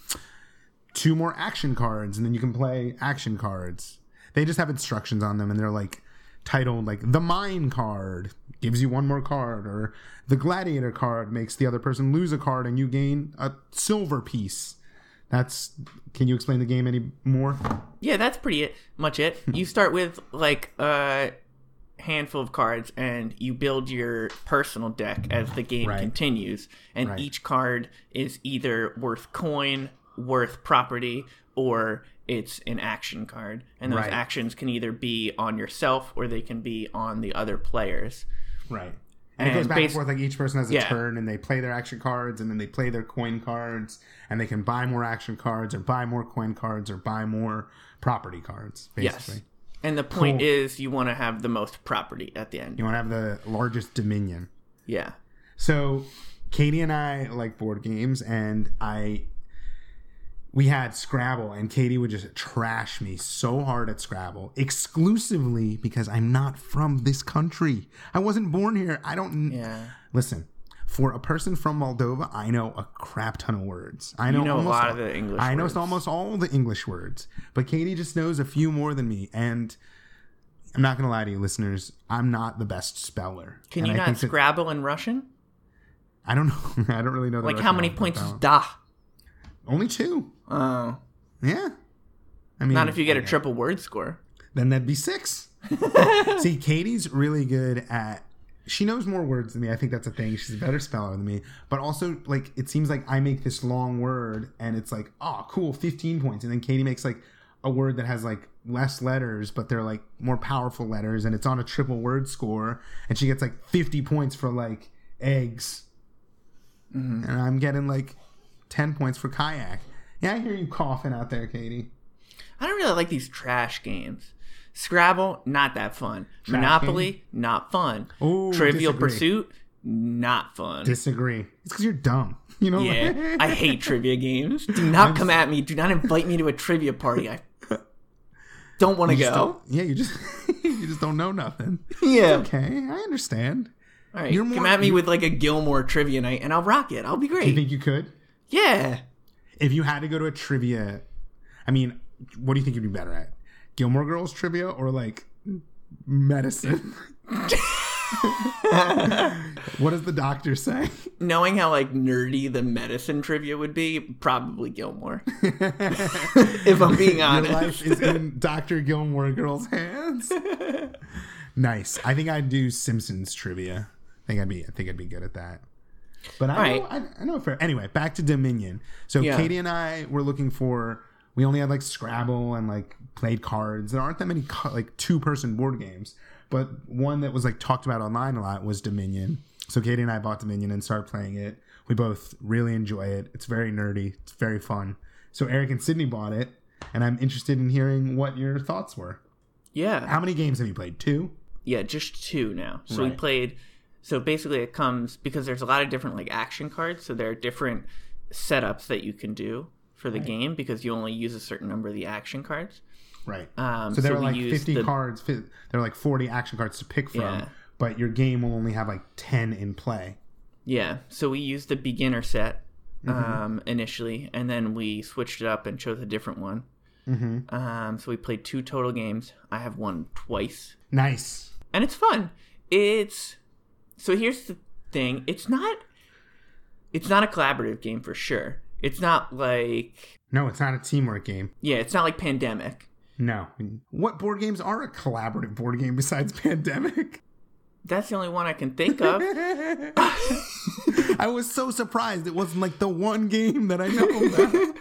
Speaker 2: two more action cards and then you can play action cards they just have instructions on them and they're like titled like the mine card gives you one more card or the gladiator card makes the other person lose a card and you gain a silver piece that's can you explain the game any more
Speaker 1: Yeah, that's pretty it, much it. You start with like a handful of cards and you build your personal deck as the game
Speaker 2: Right.
Speaker 1: continues. And
Speaker 2: Right.
Speaker 1: each card is either worth coin, worth property, or it's an action card. And those
Speaker 2: Right.
Speaker 1: actions can either be on yourself or they can be on the other players.
Speaker 2: Right. And, it
Speaker 1: And
Speaker 2: goes back and
Speaker 1: bas-
Speaker 2: forth. Like each person has a
Speaker 1: Yeah.
Speaker 2: turn, and they play their action cards, and then they play their coin cards, and they can buy more action cards, or buy more coin cards, or buy more property cards. Basically,
Speaker 1: Yes. And the point
Speaker 2: Cool.
Speaker 1: is you want to have the most property at the end.
Speaker 2: you want to have the largest dominion.
Speaker 1: Yeah.
Speaker 2: So, Katie and I like board games, and I we had Scrabble, and Katie would just trash me so hard at Scrabble, exclusively because I'm not from this country. I wasn't born here. I don't.
Speaker 1: Yeah.
Speaker 2: Listen, for a person from Moldova, I know a crap ton of words. I know,
Speaker 1: You know a
Speaker 2: almost
Speaker 1: lot of the English
Speaker 2: I know
Speaker 1: words.
Speaker 2: almost all the English words, but Katie just knows a few more than me. And I'm not gonna lie to you, listeners, I'm not the best speller.
Speaker 1: Can
Speaker 2: And
Speaker 1: you
Speaker 2: I
Speaker 1: not
Speaker 2: think that-
Speaker 1: Scrabble in Russian?
Speaker 2: I don't know. I don't really know. the
Speaker 1: Like
Speaker 2: Russian
Speaker 1: how many
Speaker 2: alphabet
Speaker 1: points
Speaker 2: that
Speaker 1: is
Speaker 2: well.
Speaker 1: da?
Speaker 2: Only two.
Speaker 1: Oh.
Speaker 2: Yeah. I mean,
Speaker 1: Not if you get a
Speaker 2: okay.
Speaker 1: triple word score.
Speaker 2: then that'd be six. See, Katie's really good at. She knows more words than me. I think that's a thing. She's a better speller than me. But also, like, it seems like I make this long word and it's like, oh, cool, 15 points. And then Katie makes like a word that has like less letters, but they're like more powerful letters and it's on a triple word score. And she gets like 50 points for like eggs. And I'm getting like 10 points for kayak. Yeah, I hear you coughing out there, Katie.
Speaker 1: I don't really like these trash games. Scrabble, not that fun.
Speaker 2: Trash
Speaker 1: Monopoly, not fun.
Speaker 2: Ooh,
Speaker 1: Trivial
Speaker 2: disagree.
Speaker 1: Pursuit, not fun.
Speaker 2: Disagree. It's because you're dumb. You know?
Speaker 1: yeah, I hate trivia games. Do not come at me. Do not invite me to a trivia party. I don't want to
Speaker 2: You just
Speaker 1: go.
Speaker 2: don't- yeah, you just you just don't know nothing.
Speaker 1: Yeah.
Speaker 2: Okay, I understand.
Speaker 1: All right,
Speaker 2: You're
Speaker 1: come
Speaker 2: more-
Speaker 1: at me with like a Gilmore trivia night, and I'll rock it. I'll be
Speaker 2: You
Speaker 1: great.
Speaker 2: think you could?
Speaker 1: yeah.
Speaker 2: If you had to go to a trivia, I mean, what do you think you'd be better at? Gilmore Girls trivia or like medicine? what does the doctor say?
Speaker 1: Knowing how like nerdy the medicine trivia would be, probably Gilmore. if I'm being honest.
Speaker 2: Your life is in Dr. Gilmore Girls' hands. nice. I think I'd do Simpsons trivia. I think I'd be I think I'd be good at that. But I
Speaker 1: All
Speaker 2: know I, I know fair. Anyway, back to Dominion. So
Speaker 1: Yeah.
Speaker 2: Katie and I were looking for we only had like Scrabble and like played cards. There aren't that many co- like two person board games, but one that was like talked about online a lot was Dominion. So Katie and I bought Dominion and started playing it. We both really enjoy it. It's very nerdy. It's very fun. So Eric and Sydney bought it, and I'm interested in hearing what your thoughts were.
Speaker 1: yeah.
Speaker 2: How many games have you played? Two.
Speaker 1: Yeah, just two now. So we
Speaker 2: Right.
Speaker 1: played So basically, it comes because there's a lot of different like action cards. So there are different setups that you can do for the game because you only use a certain number of the action cards.
Speaker 2: Right.
Speaker 1: Um,
Speaker 2: so there
Speaker 1: so
Speaker 2: are
Speaker 1: we
Speaker 2: like
Speaker 1: used
Speaker 2: 50
Speaker 1: the-
Speaker 2: cards, fi- there are like 40 action cards to pick from,
Speaker 1: Yeah.
Speaker 2: but your game will only have like 10 in play.
Speaker 1: Yeah. So we used the beginner set
Speaker 2: Mm-hmm.
Speaker 1: um, initially, and then we switched it up and chose a different one.
Speaker 2: Mm-hmm.
Speaker 1: Um, so we played two total games. I have won twice,
Speaker 2: Nice.
Speaker 1: and it's fun. It's so here's the thing. It's not. It's not a collaborative game for sure. It's not like
Speaker 2: No, it's not a teamwork game.
Speaker 1: yeah. It's not like Pandemic.
Speaker 2: No. What board games are a collaborative board game besides Pandemic?
Speaker 1: That's the only one I can think of.
Speaker 2: I was so surprised it wasn't like the one game that I know about. It wasn't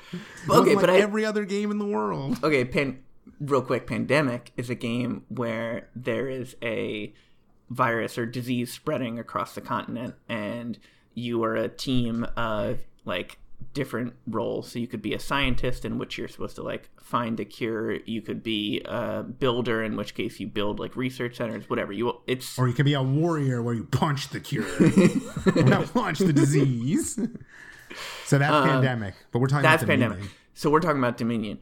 Speaker 1: Okay,
Speaker 2: like
Speaker 1: but I-
Speaker 2: every other game in the world.
Speaker 1: okay pan real quick pandemic is a game where there is a virus or disease spreading across the continent and you are a team of like different roles so you could be a scientist in which you're supposed to like find a cure you could be a builder in which case you build like research centers whatever you it's
Speaker 2: Or you could be a warrior where you punch the cure. Or not punch the disease. So that's pandemic. But we're talking
Speaker 1: Um, that's
Speaker 2: about the
Speaker 1: pandemic
Speaker 2: meaning.
Speaker 1: so we're talking about dominion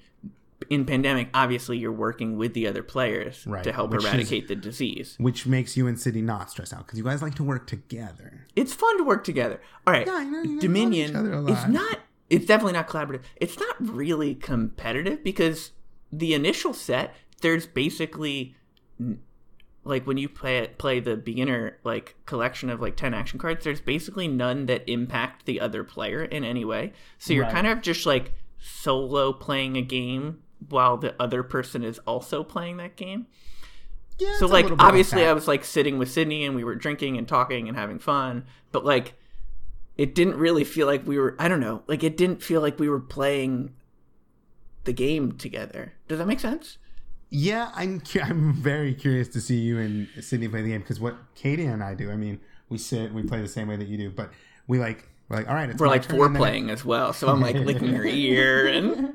Speaker 1: in pandemic obviously you're working with the other players
Speaker 2: Right,
Speaker 1: to help
Speaker 2: which is-
Speaker 1: eradicate the disease
Speaker 2: Which makes you and City not stress out because you guys like to work together.
Speaker 1: it's fun to work together. All right,
Speaker 2: Yeah, I know, you guys love each other a
Speaker 1: Dominion is
Speaker 2: lot.
Speaker 1: not. It's definitely not collaborative. It's not really competitive because the initial set there's basically n- like when you play play the beginner like collection of like 10 action cards there's basically none that impact the other player in any way so you're
Speaker 2: Right.
Speaker 1: kind of just like solo playing a game while the other person is also playing that game
Speaker 2: Yeah. it's
Speaker 1: so
Speaker 2: a
Speaker 1: like
Speaker 2: little bit
Speaker 1: obviously uh,
Speaker 2: that.
Speaker 1: I was like sitting with Sydney and we were drinking and talking and having fun, but like it didn't really feel like we were I don't know, like it didn't feel like we were playing the game together. Does that make sense?
Speaker 2: Yeah, I'm cu- I'm very curious to see you and Sydney play the game because what Katie and I do, I mean, we sit, we play the same way that you do, but we like we're like all right, it's
Speaker 1: We're
Speaker 2: my
Speaker 1: like
Speaker 2: turn," and then
Speaker 1: foreplaying as well, so I'm like licking her ear and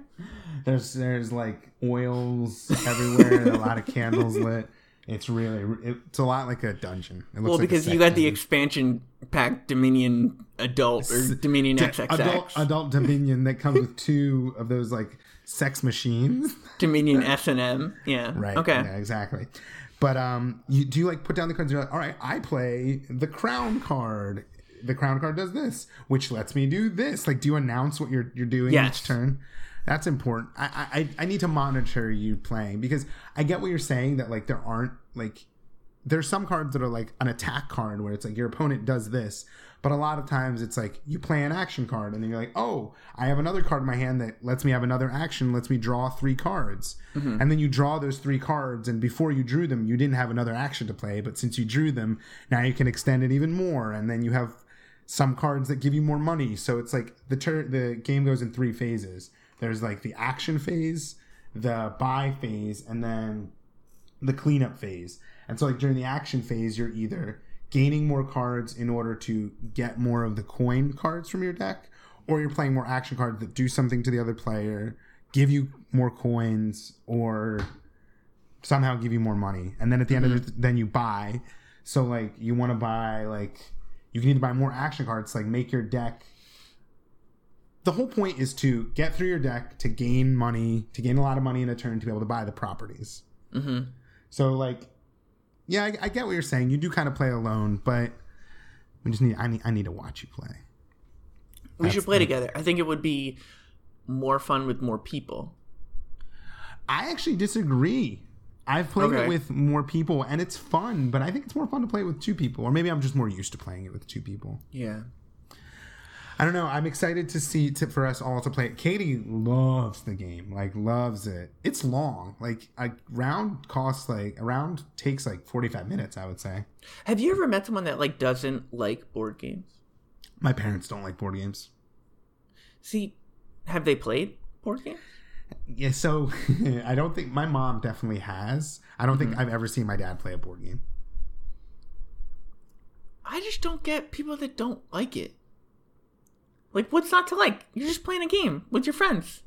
Speaker 2: There's there's like oils everywhere, and a lot of candles lit. It's really it's a lot like a dungeon. It looks
Speaker 1: well
Speaker 2: like a
Speaker 1: because you
Speaker 2: sex
Speaker 1: got the
Speaker 2: dungeon.
Speaker 1: expansion pack Dominion adult or Dominion XXX
Speaker 2: adult adult dominion that comes with two of those like sex machines.
Speaker 1: Dominion S and M. Yeah.
Speaker 2: Right.
Speaker 1: Okay.
Speaker 2: Yeah, exactly. But um, you do you like put down the cards. You're like, all right, I play the crown card. The crown card does this, which lets me do this. Like, do you announce what you're you're doing
Speaker 1: Yes.
Speaker 2: each turn? That's important. I, I- I I need to monitor you playing because I get what you're saying that like there aren't like there's some cards that are like an attack card where it's like your opponent does this, but a lot of times it's like you play an action card and then you're like, oh, I have another card in my hand that lets me have another action, lets me draw three cards. And then you draw those three cards, and before you drew them, you didn't have another action to play, but since you drew them, now you can extend it even more. And then you have some cards that give you more money. So it's like the turn the game goes in three phases. There's like the action phase, the buy phase, and then the cleanup phase. And so like during the action phase, you're either gaining more cards in order to get more of the coin cards from your deck, or you're playing more action cards that do something to the other player, give you more coins, or somehow give you more money. And then at the end of it, then you buy. So like you want to buy like you can either buy more action cards, like make your deck the whole point is to get through your deck to gain money, to gain a lot of money in a turn to be able to buy the properties.
Speaker 1: Mm-hmm.
Speaker 2: So like, yeah, I, I get what you're saying. You do kind of play alone, but we just need I need I need to watch you play.
Speaker 1: We should play together. I think it would be more fun with more people.
Speaker 2: I actually disagree. I've played
Speaker 1: Okay.
Speaker 2: it with more people and it's fun, but I think it's more fun to play it with two people. Or maybe I'm just more used to playing it with two people.
Speaker 1: Yeah.
Speaker 2: I don't know. I'm excited to see to, for us all to play it. Katie loves the game, like loves it. It's long. Like a round costs like a round takes like 45 minutes. I would say
Speaker 1: Have you ever met someone that like doesn't like board games?
Speaker 2: my parents don't like board games.
Speaker 1: See, have they played board games?
Speaker 2: Yeah, so I don't think my mom definitely has. I don't think I've ever seen my dad play a board game.
Speaker 1: I just don't get people that don't like it. Like, what's not to like? You're just playing a game with your friends.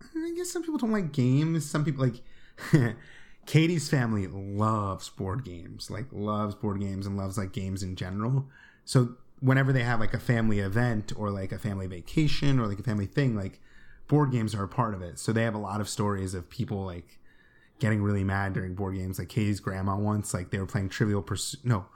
Speaker 2: I guess some people don't like games. Some people like Katie's family loves board games, like loves board games and loves like games in general. So whenever they have like a family event or like a family vacation or like a family thing, like board games are a part of it. So they have a lot of stories of people like getting really mad during board games. Like Katie's grandma once, like they were playing Trivial Pursuit. No,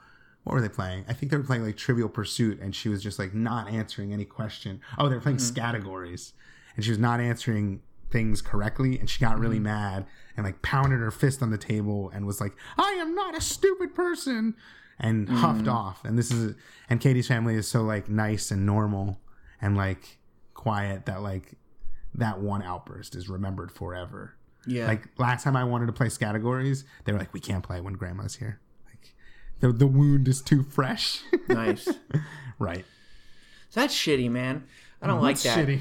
Speaker 2: what were they playing? I think they were playing like Trivial Pursuit, and she was just like not answering any question. Oh, they were playing categories, and she was not answering things correctly, and she got really
Speaker 1: Mm-hmm.
Speaker 2: mad and like pounded her fist on the table and was like, "I am not a stupid person," and
Speaker 1: Mm-hmm.
Speaker 2: huffed off. And this is and Katie's family is so like nice and normal and like quiet that like that one outburst is remembered forever.
Speaker 1: Yeah.
Speaker 2: Like last time I wanted to play categories, they were like, "We can't play when Grandma's here." Like the the wound is too fresh.
Speaker 1: nice.
Speaker 2: right.
Speaker 1: That's shitty, man. I don't like
Speaker 2: That's
Speaker 1: that.
Speaker 2: Shitty.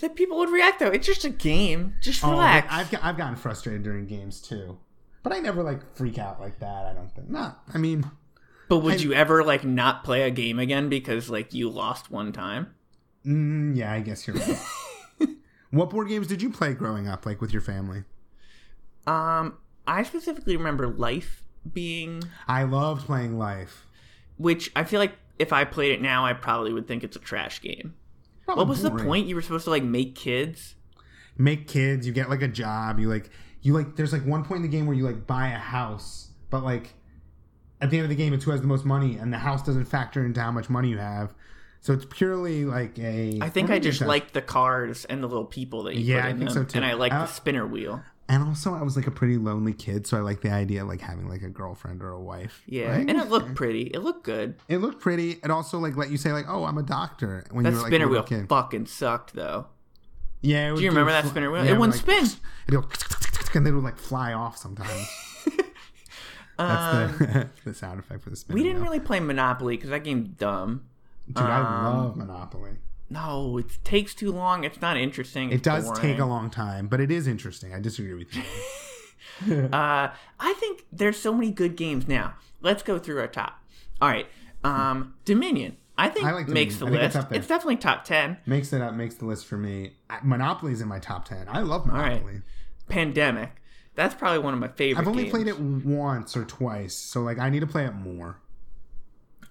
Speaker 1: That people would react though. It's just a game. Just
Speaker 2: Oh,
Speaker 1: relax.
Speaker 2: I've got- I've gotten frustrated during games too, but I never like freak out like that. I don't think. Not. I mean,
Speaker 1: but would you ever like not play a game again because like you lost one time?
Speaker 2: mm, yeah, I guess you're right. what board games did you play growing up, like with your family?
Speaker 1: Um, I specifically remember Life being,
Speaker 2: I loved playing Life.
Speaker 1: which I feel like if I played it now, I probably would think it's a trash game.
Speaker 2: Probably
Speaker 1: What was the
Speaker 2: boring.
Speaker 1: point? You were supposed to like make kids.
Speaker 2: make kids you get like a job you like you like there's like one point in the game where you like buy a house but like at the end of the game it's who has the most money and the house doesn't factor into how much money you have so it's purely like a
Speaker 1: I think
Speaker 2: or
Speaker 1: I
Speaker 2: maybe it
Speaker 1: just
Speaker 2: does.
Speaker 1: liked the cars and the little people that you
Speaker 2: Yeah,
Speaker 1: put
Speaker 2: I
Speaker 1: in
Speaker 2: think so
Speaker 1: them,
Speaker 2: too.
Speaker 1: and I liked
Speaker 2: Uh,
Speaker 1: the spinner wheel.
Speaker 2: and also i was like a pretty lonely kid so i like the idea of like having like a girlfriend or a wife
Speaker 1: Yeah,
Speaker 2: right?
Speaker 1: and it looked pretty. It looked good.
Speaker 2: it looked pretty it also like let you say like oh i'm a doctor when
Speaker 1: That
Speaker 2: you were like a
Speaker 1: spinner
Speaker 2: little
Speaker 1: wheel
Speaker 2: kid
Speaker 1: fucking sucked though.
Speaker 2: yeah it would
Speaker 1: Do you remember
Speaker 2: fl-
Speaker 1: that spinner wheel?
Speaker 2: yeah,
Speaker 1: it
Speaker 2: would,
Speaker 1: wouldn't
Speaker 2: like,
Speaker 1: spin.
Speaker 2: it'd go and they would like fly off sometimes That's the, that's the sound effect for the spinner.
Speaker 1: Um, We didn't
Speaker 2: wheel.
Speaker 1: really play Monopoly because that game's dumb.
Speaker 2: Dude, I love
Speaker 1: Um,
Speaker 2: Monopoly.
Speaker 1: No, it takes too long. It's not interesting.
Speaker 2: It does take a long time, but it is interesting. I disagree with you.
Speaker 1: Uh, I think there's so many good games now. Let's go through our top. All right, um, Dominion. I think
Speaker 2: I like
Speaker 1: makes the
Speaker 2: Dominion. I think
Speaker 1: list.
Speaker 2: it's up
Speaker 1: It's,
Speaker 2: there.
Speaker 1: definitely top ten.
Speaker 2: makes it up, makes the list for me. I, Monopoly's in my top ten. I love
Speaker 1: right.
Speaker 2: Monopoly.
Speaker 1: Pandemic. That's probably one of my favorite.
Speaker 2: I've only
Speaker 1: games.
Speaker 2: played it once or twice, so like I need to play it more.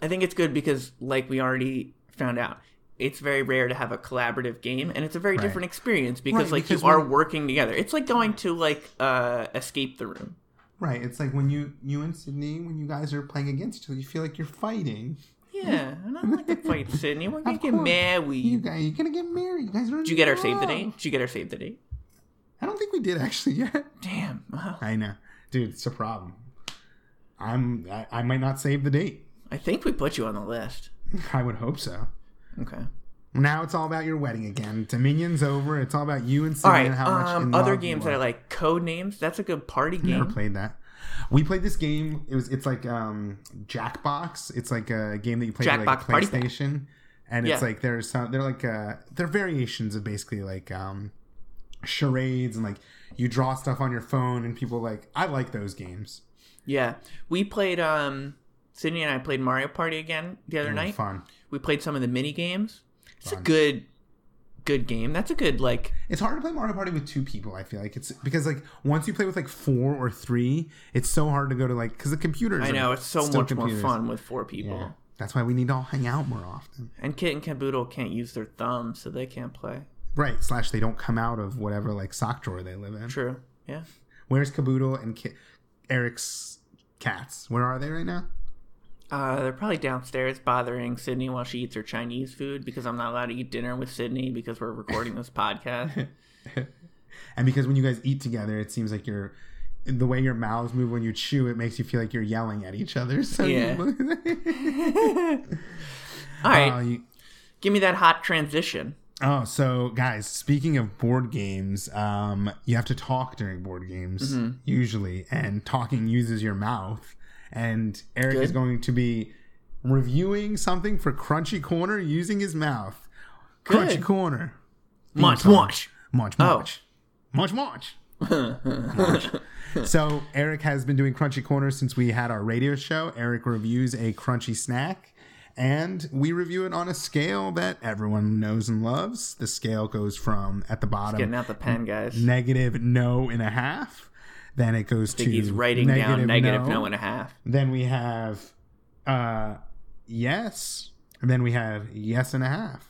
Speaker 1: I think it's good because, like we already found out, it's very rare to have a collaborative game, and it's a very
Speaker 2: Right.
Speaker 1: different experience because,
Speaker 2: Right,
Speaker 1: like,
Speaker 2: because
Speaker 1: you are
Speaker 2: when-
Speaker 1: working together. It's like going to like uh, escape the room.
Speaker 2: Right. It's like when you you and Sydney, when you guys are playing against each other, you feel like you're fighting.
Speaker 1: Yeah, and I don't like to fight Sydney. We're gonna
Speaker 2: Of
Speaker 1: get
Speaker 2: course.
Speaker 1: mad with
Speaker 2: You
Speaker 1: you.
Speaker 2: guys, you're gonna get married. You guys are.
Speaker 1: Did you get our save the date? Did you get our save the date?
Speaker 2: I don't think we did actually yet.
Speaker 1: Damn. Well,
Speaker 2: I know, dude. It's a problem. I'm. I, I might not save the date.
Speaker 1: I think we put you on the list.
Speaker 2: I would hope so.
Speaker 1: Okay.
Speaker 2: Now it's all about your wedding again. Dominion's over. It's all about you and
Speaker 1: All
Speaker 2: Sydney
Speaker 1: right.
Speaker 2: and how much in
Speaker 1: Um,
Speaker 2: love
Speaker 1: other
Speaker 2: you
Speaker 1: games that
Speaker 2: are.
Speaker 1: I like, Code Names. That's a good party
Speaker 2: Never
Speaker 1: game.
Speaker 2: played that. We played this game. It was it's like um Jackbox. It's like a game that you play with like
Speaker 1: Jackbox
Speaker 2: a
Speaker 1: Party Pack.
Speaker 2: PlayStation, and it's
Speaker 1: Yeah.
Speaker 2: like there's some they're like uh they're variations of basically like um charades and like you draw stuff on your phone and people like I like those games.
Speaker 1: Yeah, we played. Um, Sydney and I played Mario Party again the other
Speaker 2: They're
Speaker 1: night.
Speaker 2: fun.
Speaker 1: We played some of the mini games. It's a
Speaker 2: Fun.
Speaker 1: good, good game. That's a good like.
Speaker 2: It's hard to play Mario Party with two people. I feel like it's because like once you play with like four or three, it's so hard to go to like because the computers.
Speaker 1: I
Speaker 2: are
Speaker 1: know it's so
Speaker 2: still
Speaker 1: much
Speaker 2: computers.
Speaker 1: more fun with four people.
Speaker 2: Yeah. That's why we need to all hang out more often.
Speaker 1: And Kit and Caboodle can't use their thumbs, so they can't play.
Speaker 2: Right. Slash, they don't come out of whatever like sock drawer they live in.
Speaker 1: True. Yeah.
Speaker 2: Where's Caboodle and Ki- Eric's cats? Where are they right now?
Speaker 1: Uh, they're probably downstairs bothering Sydney while she eats her Chinese food because I'm not allowed to eat dinner with Sydney because we're recording this podcast.
Speaker 2: And because when you guys eat together, it seems like you're the way your mouths move when you chew, it makes you feel like you're yelling at each other. So you-
Speaker 1: All right,
Speaker 2: Oh, you-
Speaker 1: give me that hot transition.
Speaker 2: Oh, so guys, speaking of board games, um, you have to talk during board games
Speaker 1: Mm-hmm.
Speaker 2: usually, and talking uses your mouth. And Eric is
Speaker 1: Good.
Speaker 2: going to be reviewing something for Crunchy Corner using his mouth. Crunchy
Speaker 1: Good. Oh.
Speaker 2: Corner. Theme
Speaker 1: Munch,
Speaker 2: song.
Speaker 1: munch.
Speaker 2: Munch, munch. Munch, munch. Munch. So Eric has been doing Crunchy Corner since we had our radio show. Eric reviews a crunchy snack, and we review it on a scale that everyone knows and loves. The scale goes from at the bottom
Speaker 1: Getting out the pen, guys.
Speaker 2: negative no and a half Then it goes
Speaker 1: I think
Speaker 2: to
Speaker 1: he's writing down negative no. and a half.
Speaker 2: Then we have uh yes. And then we have yes and a half.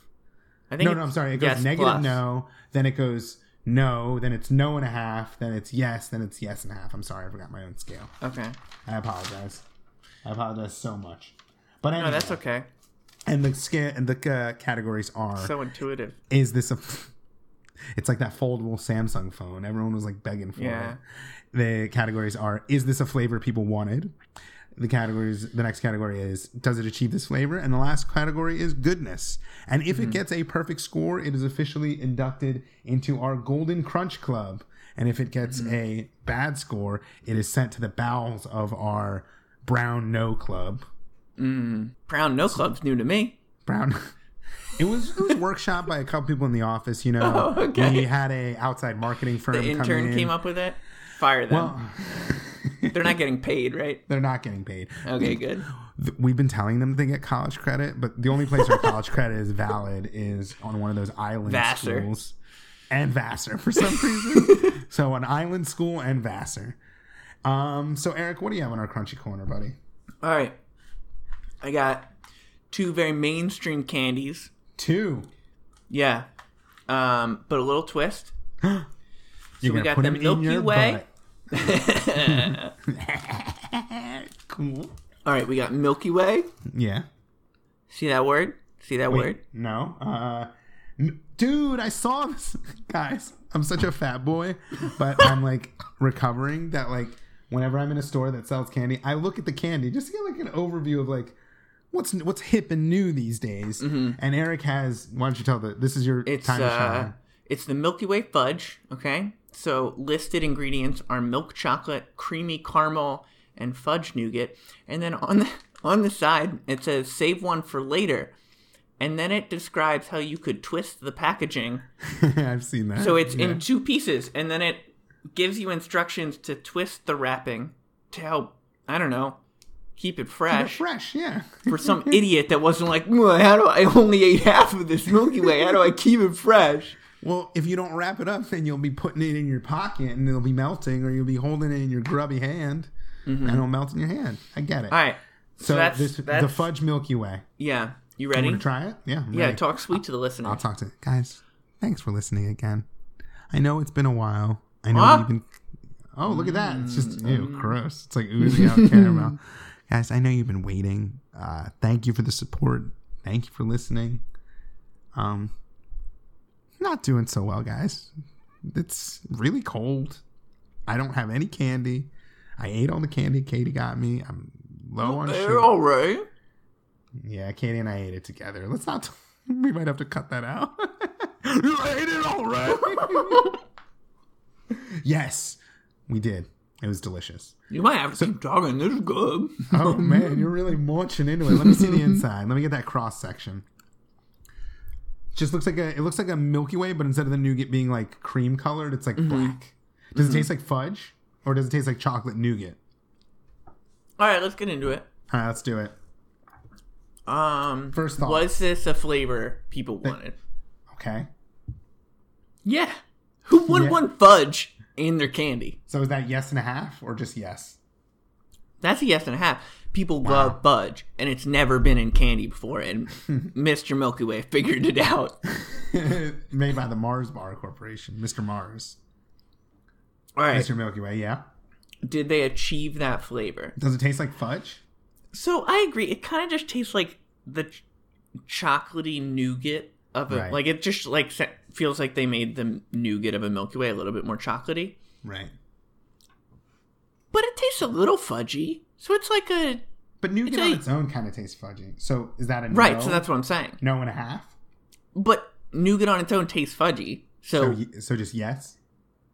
Speaker 1: I think
Speaker 2: No, no,
Speaker 1: it's
Speaker 2: I'm sorry. It goes
Speaker 1: yes
Speaker 2: negative
Speaker 1: plus.
Speaker 2: no. Then it goes no. Then it's no and a half. Then it's yes. Then it's yes and a half. I'm sorry, I forgot my own scale.
Speaker 1: Okay.
Speaker 2: I apologize. I apologize so much. But anyway,
Speaker 1: No, Oh, that's okay.
Speaker 2: and the scale and the uh, categories are
Speaker 1: So intuitive.
Speaker 2: is this a it's like that foldable samsung phone everyone was like begging for
Speaker 1: Yeah.
Speaker 2: it the categories are is this a flavor people wanted the categories the next category is does it achieve this flavor and the last category is goodness and if it gets a perfect score it is officially inducted into our golden crunch club and if it gets a bad score it is sent to the bowels of our brown no club
Speaker 1: Brown no club's new to me.
Speaker 2: Brown. It was it was workshop by a couple people in the office. You know,
Speaker 1: Oh, okay.
Speaker 2: we had a outside marketing firm.
Speaker 1: The
Speaker 2: come
Speaker 1: intern
Speaker 2: in.
Speaker 1: came up with it. Fire them.
Speaker 2: Well,
Speaker 1: They're not getting paid, right?
Speaker 2: they're not getting paid.
Speaker 1: Okay, good.
Speaker 2: Th- We've been telling them they get college credit, but the only place where college credit is valid is on one of those island
Speaker 1: Vassar.
Speaker 2: schools and Vassar for some reason. so an island school and Vassar. Um. So Eric, what do you have on our crunchy corner, buddy?
Speaker 1: All right. I got two very mainstream candies.
Speaker 2: Two.
Speaker 1: Yeah. Um, but a little twist.
Speaker 2: You're
Speaker 1: we
Speaker 2: gonna
Speaker 1: got
Speaker 2: put
Speaker 1: the
Speaker 2: 'em
Speaker 1: Milky
Speaker 2: in your
Speaker 1: Way.
Speaker 2: butt. cool.
Speaker 1: All right, we got Milky Way.
Speaker 2: Yeah.
Speaker 1: See that word? See that
Speaker 2: Wait,
Speaker 1: word?
Speaker 2: No. Uh, n- dude, I saw this. Guys, I'm such a fat boy, but I'm like recovering that like whenever I'm in a store that sells candy, I look at the candy just to get like an overview of like what's what's hip and new these days. And Eric has. Why don't you tell the? This is your
Speaker 1: Mm-hmm. It's
Speaker 2: time to
Speaker 1: uh,
Speaker 2: shine.
Speaker 1: it's the Milky Way fudge. Okay, so listed ingredients are milk chocolate, creamy caramel, and fudge nougat. And then on the on the side it says save one for later, and then it describes how you could twist the packaging.
Speaker 2: I've seen that.
Speaker 1: uh, So it's in two pieces, and then it gives you instructions to twist the wrapping to help I don't know keep it
Speaker 2: They're
Speaker 1: fresh.
Speaker 2: fresh. Yeah.
Speaker 1: for some idiot that wasn't like, "Well, how do I I only ate half of this Milky Way? How do I keep it fresh?
Speaker 2: Well, if you don't wrap it up, then you'll be putting it in your pocket and it'll be melting, or you'll be holding it in your grubby hand
Speaker 1: Mm-hmm.
Speaker 2: and it'll melt in your hand. I get it.
Speaker 1: All right.
Speaker 2: So,
Speaker 1: that's-
Speaker 2: this the
Speaker 1: that's-
Speaker 2: fudge Milky Way.
Speaker 1: Yeah. You
Speaker 2: Want
Speaker 1: ready?
Speaker 2: to try it? Yeah. I'm
Speaker 1: Yeah,
Speaker 2: ready.
Speaker 1: talk sweet to the listener.
Speaker 2: I'll talk to guys. Thanks for listening again. I know it's been a while. I know
Speaker 1: Huh?
Speaker 2: you've been. Oh, look at that! It's just ew,
Speaker 1: Mm.
Speaker 2: gross. It's like oozing out caramel. Guys, I know you've been waiting. Uh, thank you for the support. Thank you for listening. Um, not doing so well, guys. It's really cold. I don't have any candy. I ate all the candy Katie got me. I'm low on
Speaker 1: Hey,
Speaker 2: sugar.
Speaker 1: all right.
Speaker 2: Yeah, Katie and I ate it together. Let's not. we might have to cut that out. you ate it all right. yes, we did. It was delicious.
Speaker 1: You might have to keep talking. This is good.
Speaker 2: Oh man, you're really munching into it. Let me see the inside. Let me get that cross section. Just looks like a. It looks like a Milky Way, but instead of the nougat being like cream colored, it's like black. Does it taste like fudge, or does it taste like chocolate nougat?
Speaker 1: All right, let's get into it.
Speaker 2: All right, let's do it.
Speaker 1: Um,
Speaker 2: First thought.
Speaker 1: was this a flavor people wanted?
Speaker 2: Okay.
Speaker 1: Yeah. Who would
Speaker 2: Yeah.
Speaker 1: not want fudge in their candy?
Speaker 2: So is that yes and a half, or just yes?
Speaker 1: That's a yes and a half. People love fudge, and it's never been in candy before. And Mr. Milky Way figured it out.
Speaker 2: made by the Mars Bar Corporation, Mr. Mars,
Speaker 1: All right.
Speaker 2: Mr. Milky Way. Yeah,
Speaker 1: did they achieve that flavor?
Speaker 2: does it taste like fudge?
Speaker 1: So I agree. It kind of just tastes like the ch- chocolatey nougat of a
Speaker 2: Right.
Speaker 1: like. It just like se- feels like they made the nougat of a Milky Way a little bit more chocolatey,
Speaker 2: Right,
Speaker 1: but it tastes a little fudgy. So it's like a
Speaker 2: but nougat
Speaker 1: It's
Speaker 2: on
Speaker 1: a-
Speaker 2: its own kind of tastes fudgy. So is that a
Speaker 1: right.
Speaker 2: No,
Speaker 1: So that's what I'm saying.
Speaker 2: no and a half.
Speaker 1: But nougat on its own tastes fudgy.
Speaker 2: So
Speaker 1: So
Speaker 2: y- so just yes.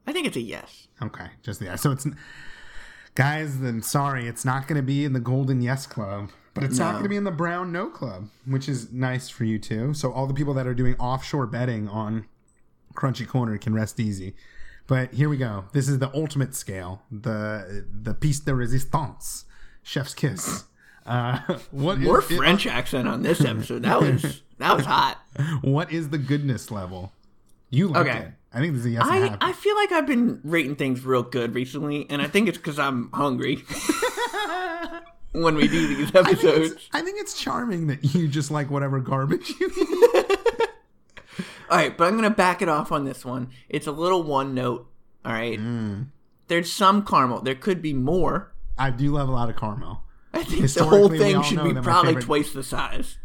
Speaker 1: I think it's a yes.
Speaker 2: Okay, just yes. So it's n- guys. Then sorry, it's not going to be in the Golden Yes Club, but it's not
Speaker 1: No.
Speaker 2: going to be in the Brown No Club, which is nice for you too. So all the people that are doing offshore betting on Crunchy Corner can rest easy. But here we go. This is the ultimate scale, the the piece de resistance, chef's kiss. Uh, what
Speaker 1: More
Speaker 2: is it-
Speaker 1: French accent on this episode. That was that was hot.
Speaker 2: what is the goodness level? You like
Speaker 1: Okay.
Speaker 2: it? I think this is a yes and
Speaker 1: I,
Speaker 2: happy.
Speaker 1: I feel like I've been rating things real good recently, and I think it's because I'm hungry when we do these
Speaker 2: I think,
Speaker 1: episodes.
Speaker 2: it's, I think it's charming that you just like whatever garbage you eat.
Speaker 1: All right, but I'm going to back it off on this one. It's a little one note. All right.
Speaker 2: Hmm.
Speaker 1: There's some caramel. There could be more.
Speaker 2: I do love a lot of caramel.
Speaker 1: I think the whole
Speaker 2: Historically, we
Speaker 1: thing
Speaker 2: all
Speaker 1: should
Speaker 2: know
Speaker 1: be
Speaker 2: that my
Speaker 1: probably
Speaker 2: favorite-
Speaker 1: twice the size.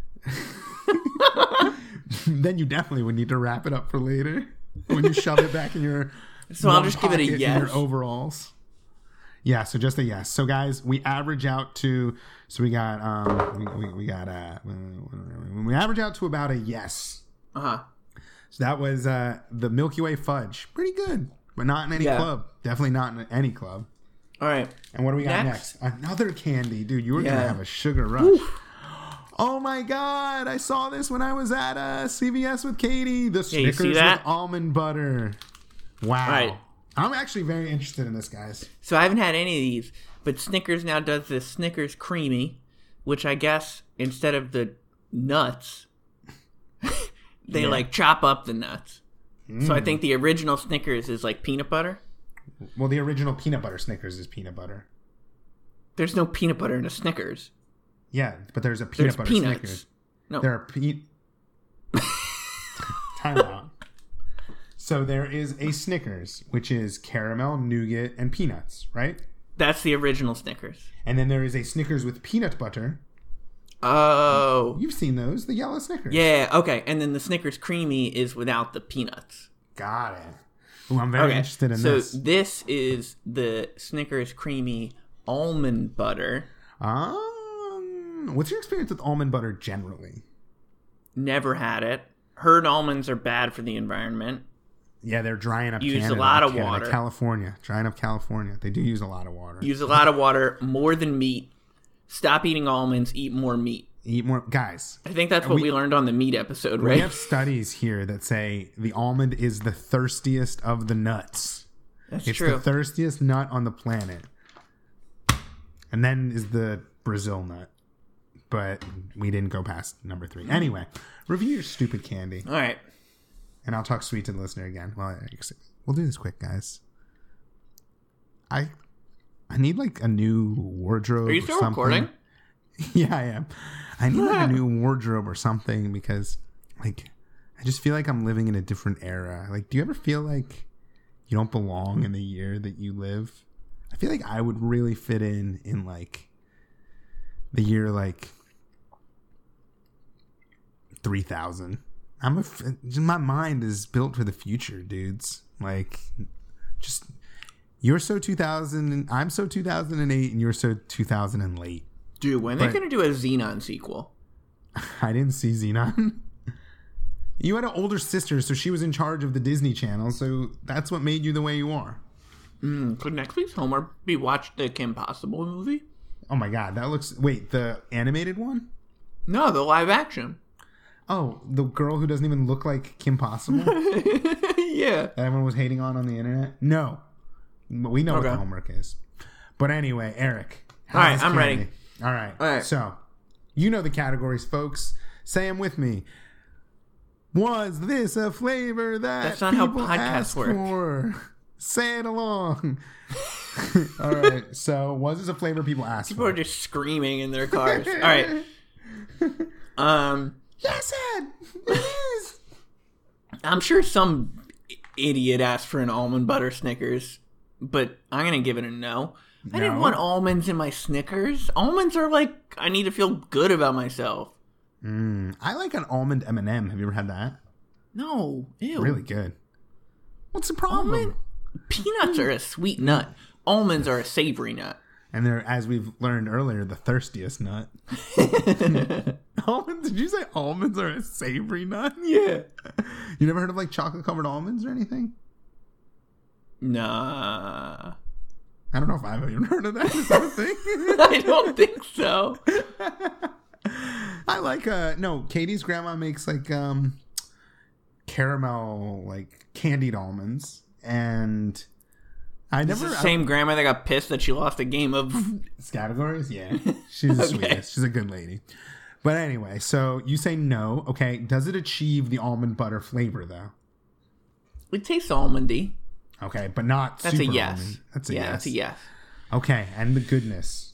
Speaker 2: then you definitely would need to wrap it up for later when you shove it back in your.
Speaker 1: So I'll
Speaker 2: one
Speaker 1: just give it a
Speaker 2: pocket in
Speaker 1: yes.
Speaker 2: Your overalls. Yeah, so just a yes. So guys, we average out to. So we got um we, we, we got uh we- we average out to about a yes.
Speaker 1: Uh huh.
Speaker 2: So that was uh the Milky Way fudge. Pretty good, but not in any
Speaker 1: Yeah.
Speaker 2: club. Definitely not in any club.
Speaker 1: All right.
Speaker 2: And what do we got
Speaker 1: Next.
Speaker 2: next? Another candy, dude. You were gonna
Speaker 1: Yeah.
Speaker 2: have a sugar rush. Oh my god! I saw this when I was at uh, CVS with Katie. The
Speaker 1: you see
Speaker 2: Snickers with
Speaker 1: that?
Speaker 2: almond butter. Wow!
Speaker 1: right.
Speaker 2: I'm actually very interested in this, guys.
Speaker 1: So I haven't had any of these, but Snickers now does this Snickers creamy, which I guess instead of the nuts, they like chop up the nuts. So
Speaker 2: Hmm.
Speaker 1: I think the original Snickers is like peanut butter.
Speaker 2: Well, the original peanut butter Snickers is peanut butter.
Speaker 1: There's no peanut butter in a Snickers.
Speaker 2: Yeah, but there's a
Speaker 1: There's
Speaker 2: peanut butter
Speaker 1: peanuts.
Speaker 2: Snickers.
Speaker 1: No.
Speaker 2: There are pe- time out. So there is a Snickers, which is caramel, nougat, and peanuts, right?
Speaker 1: That's the original Snickers.
Speaker 2: And then there is a Snickers with peanut butter.
Speaker 1: Oh.
Speaker 2: You've seen those, the yellow Snickers.
Speaker 1: Yeah, okay. And then the Snickers creamy is without the peanuts.
Speaker 2: Got it. Ooh, I'm very
Speaker 1: Okay.
Speaker 2: interested in
Speaker 1: so
Speaker 2: this.
Speaker 1: is the Snickers creamy almond butter.
Speaker 2: Um, what's your experience with almond butter generally?
Speaker 1: Never had it. Heard almonds are bad for the environment.
Speaker 2: Yeah, they're drying up.
Speaker 1: Use a
Speaker 2: Canada,
Speaker 1: lot of
Speaker 2: Canada,
Speaker 1: water.
Speaker 2: California, drying up California. They do use a lot of water.
Speaker 1: Use a lot of water, more than meat. Stop eating almonds, eat more meat.
Speaker 2: Eat more, guys.
Speaker 1: I think that's what we, learned on the meat episode,
Speaker 2: We
Speaker 1: right?
Speaker 2: have studies here that say the almond is the thirstiest of the nuts.
Speaker 1: That's
Speaker 2: It's
Speaker 1: true.
Speaker 2: the thirstiest nut on the planet, and then is the Brazil nut. But we didn't go past number three. Anyway, review your stupid candy.
Speaker 1: All right.
Speaker 2: and I'll talk sweet to the listener again. Well, I- we'll do this quick, guys. I I need like a new wardrobe.
Speaker 1: Are you
Speaker 2: or
Speaker 1: still
Speaker 2: something.
Speaker 1: recording?
Speaker 2: Yeah, I am. I need like a new wardrobe or something because, like, I just feel like I'm living in a different era. Like, do you ever feel like you don't belong in the year that you live? I feel like I would really fit in in like the year like three thousand. I'm a f- my mind is built for the future, dudes. Like, just you're so 2000. And I'm so 2008, and you're so 2000 and late.
Speaker 1: Dude, when are
Speaker 2: Right.
Speaker 1: they going to do a Xenon sequel?
Speaker 2: I didn't see Xenon. You had an older sister, so she was in charge of the Disney Channel, so that's what made you the way you are.
Speaker 1: Could next week's Homer be watched the Kim Possible movie?
Speaker 2: Oh my god, that looks. Wait, the animated one?
Speaker 1: No, the live action.
Speaker 2: Oh, the girl who doesn't even look like Kim Possible that
Speaker 1: yeah.
Speaker 2: everyone was hating on on the internet? No. We know what the
Speaker 1: Okay.
Speaker 2: homework is. But anyway, Eric.
Speaker 1: All right,
Speaker 2: how's
Speaker 1: I'm ready.
Speaker 2: All right.
Speaker 1: All right.
Speaker 2: So, you know the categories, folks. Say them with me. Was this a flavor that
Speaker 1: That's not how
Speaker 2: people
Speaker 1: podcasts
Speaker 2: asked
Speaker 1: work.
Speaker 2: for? Say it along. All right. So, was this a flavor people asked
Speaker 1: People
Speaker 2: for?
Speaker 1: are just screaming in their cars. All right. Um,
Speaker 2: yes, Ed. It is.
Speaker 1: I'm sure some i- idiot asked for an almond butter Snickers, but I'm gonna give it a no. I didn't
Speaker 2: No?
Speaker 1: want almonds in my Snickers. Almonds are like I need to feel good about myself.
Speaker 2: Mm, I like an almond M and m Have you ever had that?
Speaker 1: No, ew.
Speaker 2: Really good. What's the problem?
Speaker 1: Almond? Peanuts are a sweet nut. Almonds are a savory nut.
Speaker 2: And they're, as we've learned earlier, the thirstiest nut. almonds? Did you say almonds are a savory nut?
Speaker 1: Yeah.
Speaker 2: You never heard of like chocolate covered almonds or anything?
Speaker 1: Nah.
Speaker 2: I don't know if I've even heard of that. Is that a thing?
Speaker 1: I don't think so.
Speaker 2: I like uh no, Katie's grandma makes like um caramel like candied almonds and I
Speaker 1: This
Speaker 2: never
Speaker 1: is the
Speaker 2: I-
Speaker 1: same grandma that got pissed that she lost a game of.
Speaker 2: categories, yeah. She's the sweetest. She's a good lady. But anyway, so you say no, okay. Does it achieve the almond butter flavor though?
Speaker 1: It tastes almondy.
Speaker 2: Okay, but not
Speaker 1: That's
Speaker 2: super
Speaker 1: a yes.
Speaker 2: almond. That's a
Speaker 1: yeah,
Speaker 2: yes.
Speaker 1: that's a yes.
Speaker 2: Okay, and the goodness.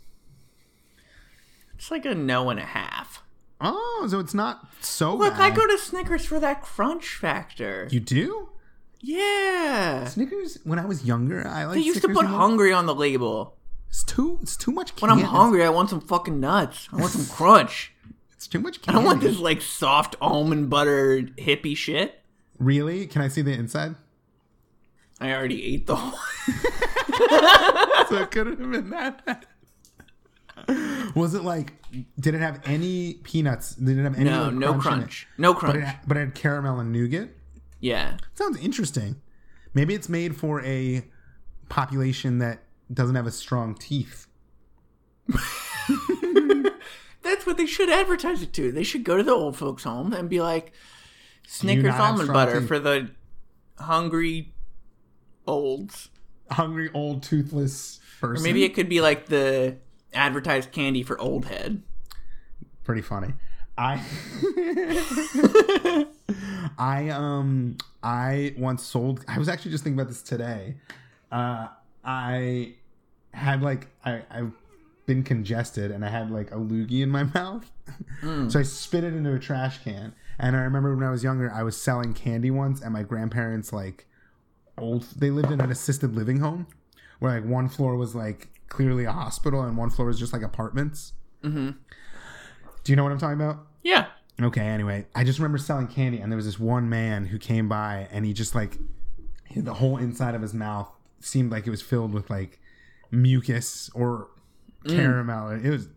Speaker 1: It's like a no and a half.
Speaker 2: Oh, so it's not so
Speaker 1: Look,
Speaker 2: bad.
Speaker 1: I go to Snickers for that crunch factor.
Speaker 2: You do?
Speaker 1: yeah.
Speaker 2: Snickers. When I was younger, I like.
Speaker 1: They used to
Speaker 2: Snickers
Speaker 1: put
Speaker 2: more.
Speaker 1: hungry on the label.
Speaker 2: It's too. It's too much. Candy.
Speaker 1: When I'm hungry, I want some fucking nuts. I want some crunch.
Speaker 2: it's too much.
Speaker 1: I
Speaker 2: Candy.
Speaker 1: don't want this like soft almond butter hippie shit.
Speaker 2: Really? Can I see the inside?
Speaker 1: I already ate the whole.
Speaker 2: so it could have been that. bad. Was it like? Did it have any peanuts? Did it have any?
Speaker 1: no,
Speaker 2: like,
Speaker 1: no crunch.
Speaker 2: in it?
Speaker 1: No
Speaker 2: But uh,
Speaker 1: crunch.
Speaker 2: it, but it had caramel and nougat.
Speaker 1: yeah.
Speaker 2: Sounds interesting. Maybe it's made for a population that doesn't have a strong teeth.
Speaker 1: That's what they should advertise it to. They should go to the old folks' home and be like, Snickers
Speaker 2: not have
Speaker 1: almond
Speaker 2: strong
Speaker 1: butter
Speaker 2: teeth?"
Speaker 1: for the hungry olds.
Speaker 2: Hungry old toothless
Speaker 1: Or
Speaker 2: person.
Speaker 1: maybe it could be like the advertised candy for old head.
Speaker 2: pretty funny. I I um I once sold I was actually just thinking about this today. Uh I had like I I've been congested and I had like a loogie in my mouth. So I spit it into a trash can. And I remember when I was younger, I was selling candy once and my grandparents like old they lived in an assisted living home where like one floor was like clearly a hospital and one floor was just like apartments. Do you know what I'm talking about?
Speaker 1: Yeah.
Speaker 2: Okay, anyway, I just remember selling candy, and there was this one man who came by, and he just like the whole inside of his mouth seemed like it was filled with like mucus or caramel. It was.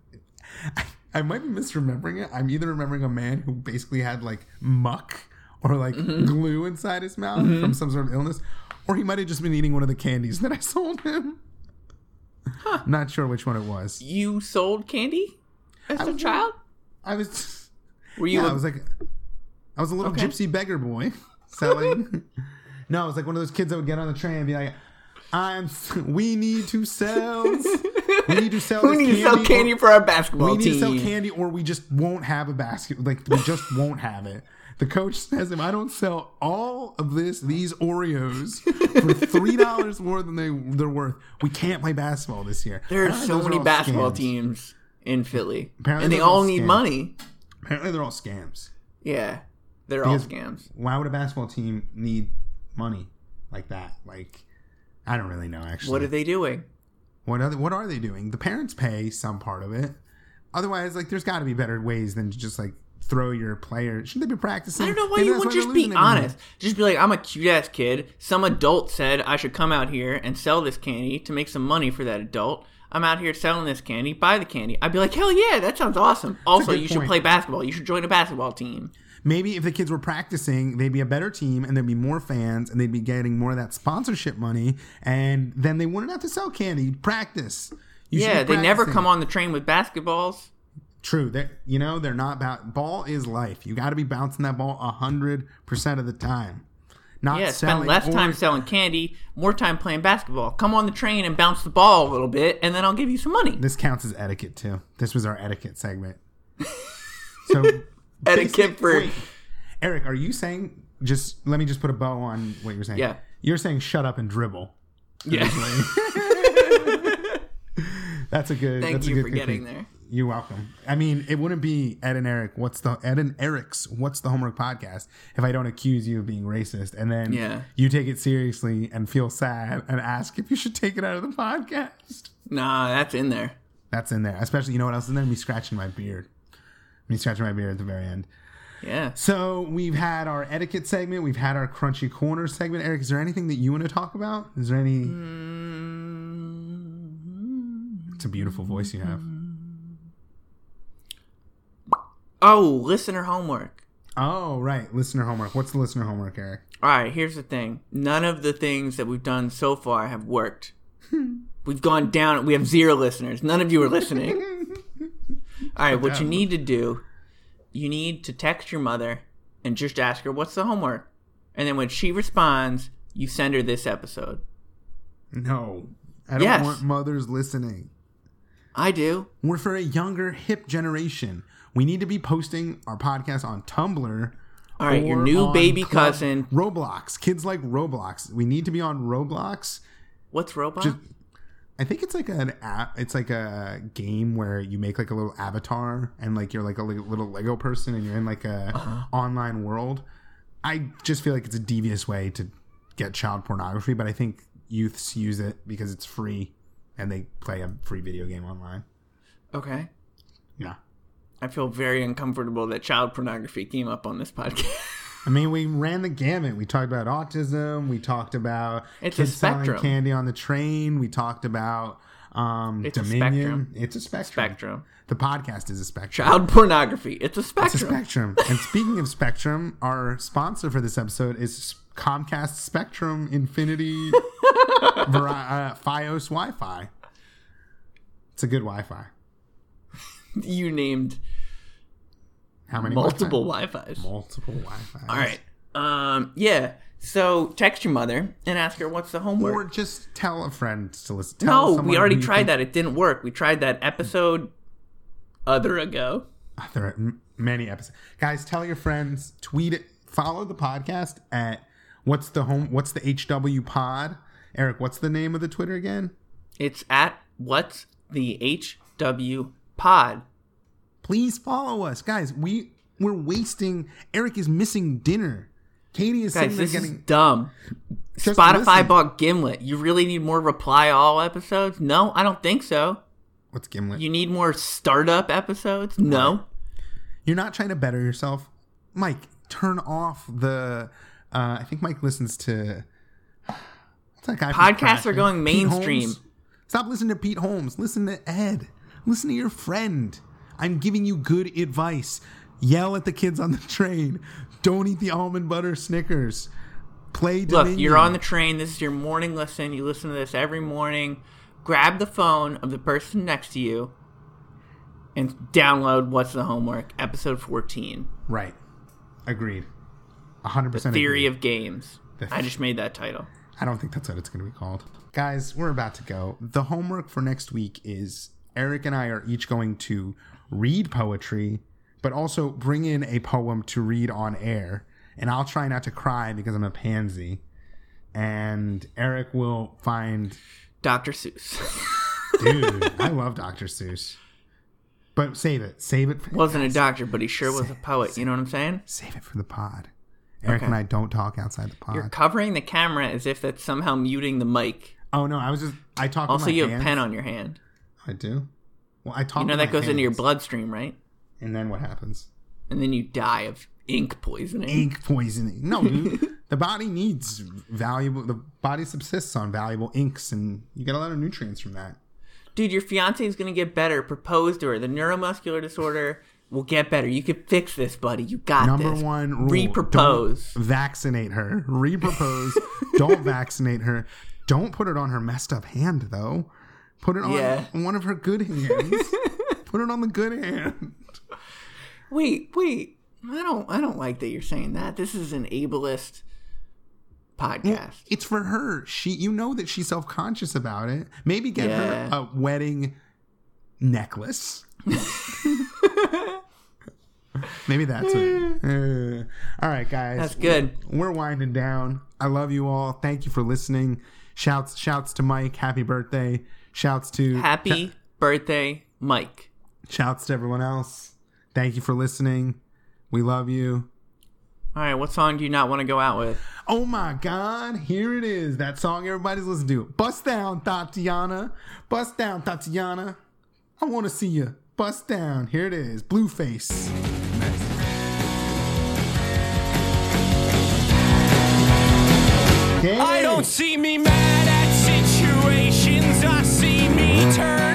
Speaker 2: I, I might be misremembering it. I'm either remembering a man who basically had like muck or like glue inside his mouth from some sort of illness, or he might have just been eating one of the candies that I sold him. Not sure which one it was.
Speaker 1: You sold candy as
Speaker 2: I
Speaker 1: a
Speaker 2: was-
Speaker 1: child?
Speaker 2: I was.
Speaker 1: Were you
Speaker 2: Yeah,
Speaker 1: a-
Speaker 2: I was like, I was a little
Speaker 1: Okay.
Speaker 2: gypsy beggar boy selling. no, I was like one of those kids that would get on the train and be like, "I'm. We need to sell. we need to sell.
Speaker 1: we
Speaker 2: this
Speaker 1: need to sell candy
Speaker 2: or-
Speaker 1: for our basketball
Speaker 2: we need
Speaker 1: team.
Speaker 2: to sell candy, or we just won't have a basket. Like we just won't have it." The coach says, "If I don't sell all of this, these Oreos for three dollars more than they they're worth, we can't play basketball this year."
Speaker 1: There are
Speaker 2: Apparently
Speaker 1: so
Speaker 2: those
Speaker 1: many
Speaker 2: all
Speaker 1: basketball
Speaker 2: scams.
Speaker 1: teams in Philly,
Speaker 2: Apparently
Speaker 1: and they
Speaker 2: those are
Speaker 1: all
Speaker 2: all
Speaker 1: need
Speaker 2: scams.
Speaker 1: money.
Speaker 2: Apparently, they're all scams.
Speaker 1: Yeah, they're all scams.
Speaker 2: why would a basketball team need money like that? Like, I don't really know actually.
Speaker 1: What are they doing?
Speaker 2: What other? What are they doing? The parents pay some part of it. Otherwise, like, there's got to be better ways than to just like throw your player. Shouldn't they be practicing?
Speaker 1: I don't know why
Speaker 2: Maybe
Speaker 1: you
Speaker 2: that's
Speaker 1: wouldn't
Speaker 2: they're
Speaker 1: just be
Speaker 2: losing every
Speaker 1: honest.
Speaker 2: game.
Speaker 1: Just be like, I'm a cute ass kid. Some adult said I should come out here and sell this candy to make some money for that adult. I'm out here selling this candy. Buy the candy. I'd be like, hell yeah, that sounds awesome. Also,
Speaker 2: good
Speaker 1: you should
Speaker 2: point.
Speaker 1: play basketball. You should join a basketball team.
Speaker 2: Maybe if the kids were practicing, they'd be a better team, and there'd be more fans, and they'd be getting more of that sponsorship money, and then they wouldn't have to sell candy. You'd Practice. You should
Speaker 1: yeah,
Speaker 2: be
Speaker 1: they never
Speaker 2: practicing.
Speaker 1: come on the train with basketballs.
Speaker 2: True. That you know they're not about ball is life. You got to be bouncing that ball hundred percent of the time. Not
Speaker 1: Yeah,
Speaker 2: selling
Speaker 1: spend less
Speaker 2: or-
Speaker 1: time selling candy, more time playing basketball. Come on the train and bounce the ball a little bit, and then I'll give you some money.
Speaker 2: This counts as etiquette too. This was our etiquette segment. So
Speaker 1: Etiquette for-
Speaker 2: wait. Eric. Are you saying just let me just put a bow on what you're saying?
Speaker 1: Yeah.
Speaker 2: You're saying shut up and dribble.
Speaker 1: Yeah.
Speaker 2: That's a good.
Speaker 1: Thank
Speaker 2: that's a
Speaker 1: you
Speaker 2: good
Speaker 1: for getting
Speaker 2: critique.
Speaker 1: there.
Speaker 2: You're welcome. I mean, it wouldn't be Ed and Eric. What's the Ed and Eric's What's the Homework podcast if I don't accuse you of being racist and then
Speaker 1: Yeah.
Speaker 2: you take it seriously and feel sad and ask if you should take it out of the podcast?
Speaker 1: Nah, that's in there.
Speaker 2: That's in there. Especially, you know what else is in there? Me scratching my beard. Me scratching my beard at the very end.
Speaker 1: Yeah.
Speaker 2: So we've had our etiquette segment. We've had our crunchy corner segment. Eric, is there anything that you want to talk about? Is there any? It's a beautiful voice you have.
Speaker 1: Oh, listener homework.
Speaker 2: Oh, right. Listener homework. What's the listener homework, Eric?
Speaker 1: All right, here's the thing. None of the things that we've done so far have worked. We've gone down. We have zero listeners. None of you are listening. All right, what you need to do, you need to text your mother and just ask her what's the homework, and then when she responds, you send her this episode.
Speaker 2: No. I don't
Speaker 1: Yes.
Speaker 2: want mothers listening.
Speaker 1: I do.
Speaker 2: We're for a younger, hip generation. We need to be posting our podcast on Tumblr,
Speaker 1: All right, your
Speaker 2: or
Speaker 1: new
Speaker 2: on
Speaker 1: baby
Speaker 2: Club-
Speaker 1: cousin.
Speaker 2: Roblox. Kids like Roblox. We need to be on Roblox.
Speaker 1: What's robot?
Speaker 2: Just- I think it's like an app. It's like a game where you make like a little avatar and like you're like a li- little Lego person and you're in like a online world. I just feel like it's a devious way to get child pornography, but I think youths use it because it's free and they play a free video game online.
Speaker 1: okay.
Speaker 2: Yeah.
Speaker 1: I feel very uncomfortable that child pornography came up on this podcast.
Speaker 2: I mean, we ran the gamut. We talked about autism. We talked about
Speaker 1: It's a
Speaker 2: kids selling
Speaker 1: spectrum.
Speaker 2: candy on the train. We talked about um,
Speaker 1: It's a
Speaker 2: Dominion.
Speaker 1: spectrum.
Speaker 2: it's a spectrum.
Speaker 1: spectrum.
Speaker 2: The podcast is a spectrum.
Speaker 1: Child pornography. It's a
Speaker 2: It's a
Speaker 1: spectrum.
Speaker 2: spectrum. and speaking of spectrum, our sponsor for this episode is Comcast Spectrum Infinity Ver- uh, Fios Wi-Fi. It's a good Wi-Fi.
Speaker 1: you named
Speaker 2: How many
Speaker 1: multiple
Speaker 2: Wi-Fi?
Speaker 1: Wi-Fi's.
Speaker 2: multiple Wi-Fi?
Speaker 1: All right. Um, yeah. So text your mother and ask her what's the homework.
Speaker 2: Or just tell a friend to listen. Tell
Speaker 1: no,
Speaker 2: someone
Speaker 1: we already
Speaker 2: who you
Speaker 1: tried
Speaker 2: think-
Speaker 1: that. It didn't work. We tried that episode other ago.
Speaker 2: There are m- many episodes. Guys, tell your friends, tweet it, follow the podcast at what's the home what's the HW pod? Eric, what's the name of the Twitter again?
Speaker 1: It's at what's the HW pod.
Speaker 2: Please follow us. Guys, we we're wasting Eric is missing dinner. Katie is
Speaker 1: Guys,
Speaker 2: sitting there
Speaker 1: this is
Speaker 2: getting
Speaker 1: dumb.
Speaker 2: Just
Speaker 1: Spotify
Speaker 2: listen.
Speaker 1: bought Gimlet. You really need more reply all episodes? No, I don't think so.
Speaker 2: What's Gimlet?
Speaker 1: You need more startup episodes? No.
Speaker 2: You're not trying to better yourself. Mike, turn off the uh I think Mike listens to what's that guy from
Speaker 1: Podcasts
Speaker 2: Crash,
Speaker 1: are
Speaker 2: man?
Speaker 1: going
Speaker 2: Pete
Speaker 1: mainstream.
Speaker 2: Holmes? Stop listening to Pete Holmes. Listen to Ed. Listen to your friend. I'm giving you good advice. Yell at the kids on the train. Don't eat the almond butter Snickers. Play Dominion.
Speaker 1: Look, you're on the train. This is your morning listen. You listen to this every morning. Grab the phone of the person next to you and download What's the Homework, episode 14
Speaker 2: right. Agreed. 100%
Speaker 1: Theory
Speaker 2: agreed.
Speaker 1: of Games.
Speaker 2: The-
Speaker 1: I just made that title.
Speaker 2: I don't think that's what it's going to be called. Guys, we're about to go. The homework for next week is Eric and I are each going to read poetry, but also bring in a poem to read on air. And I'll try not to cry because I'm a pansy. And Eric will find,
Speaker 1: Dr. Seuss.
Speaker 2: dude, I love Dr. Seuss. But save it. Save it. For,
Speaker 1: Wasn't a doctor, but he sure was a poet. You know what I'm saying?
Speaker 2: Save it for the pod. Eric and I don't talk outside the pod.
Speaker 1: You're covering the camera as if that's somehow muting the mic.
Speaker 2: oh no, I was just I talk.
Speaker 1: Also,
Speaker 2: with my
Speaker 1: you have
Speaker 2: hands.
Speaker 1: a pen on your hand.
Speaker 2: I do. Well, I talk.
Speaker 1: You know
Speaker 2: with
Speaker 1: that
Speaker 2: my
Speaker 1: goes into your
Speaker 2: hands.
Speaker 1: bloodstream, right?
Speaker 2: And then what happens?
Speaker 1: And then you die of ink poisoning.
Speaker 2: Ink poisoning. No, dude. the body needs valuable. The body subsists on valuable inks, and you get a lot of nutrients from that.
Speaker 1: Dude, your fiance is going to get better. Propose to her. The neuromuscular disorder will get better. You can fix this, buddy. You got
Speaker 2: Number
Speaker 1: this.
Speaker 2: one rule:
Speaker 1: Repropose.
Speaker 2: don't Vaccinate her. Repropose. don't vaccinate her. Don't put it on her messed up hand, though. Put it on
Speaker 1: Yeah.
Speaker 2: one of her good hands. put it on the good hand.
Speaker 1: Wait, wait. I don't I don't like that you're saying that. This is an ableist podcast.
Speaker 2: It's for her. She, you know that she's self conscious about it. Maybe get her
Speaker 1: Yeah.
Speaker 2: a wedding necklace. Maybe that's it. Uh, all right, guys.
Speaker 1: That's good.
Speaker 2: We're winding down. I love you all. Thank you for listening. Shouts, shouts to Mike. Happy birthday. Shouts to
Speaker 1: Happy birthday, Mike.
Speaker 2: Shouts to everyone else. Thank you for listening. We love you.
Speaker 1: All right, what song do you not want to go out with?
Speaker 2: Oh my God, here it is. That song everybody's listening to. Bust down, Tatiana. Bust down, Tatiana. I want to see you. Bust down. Here it is. Blueface. Okay.
Speaker 3: I don't see me mad at situations. I see me turn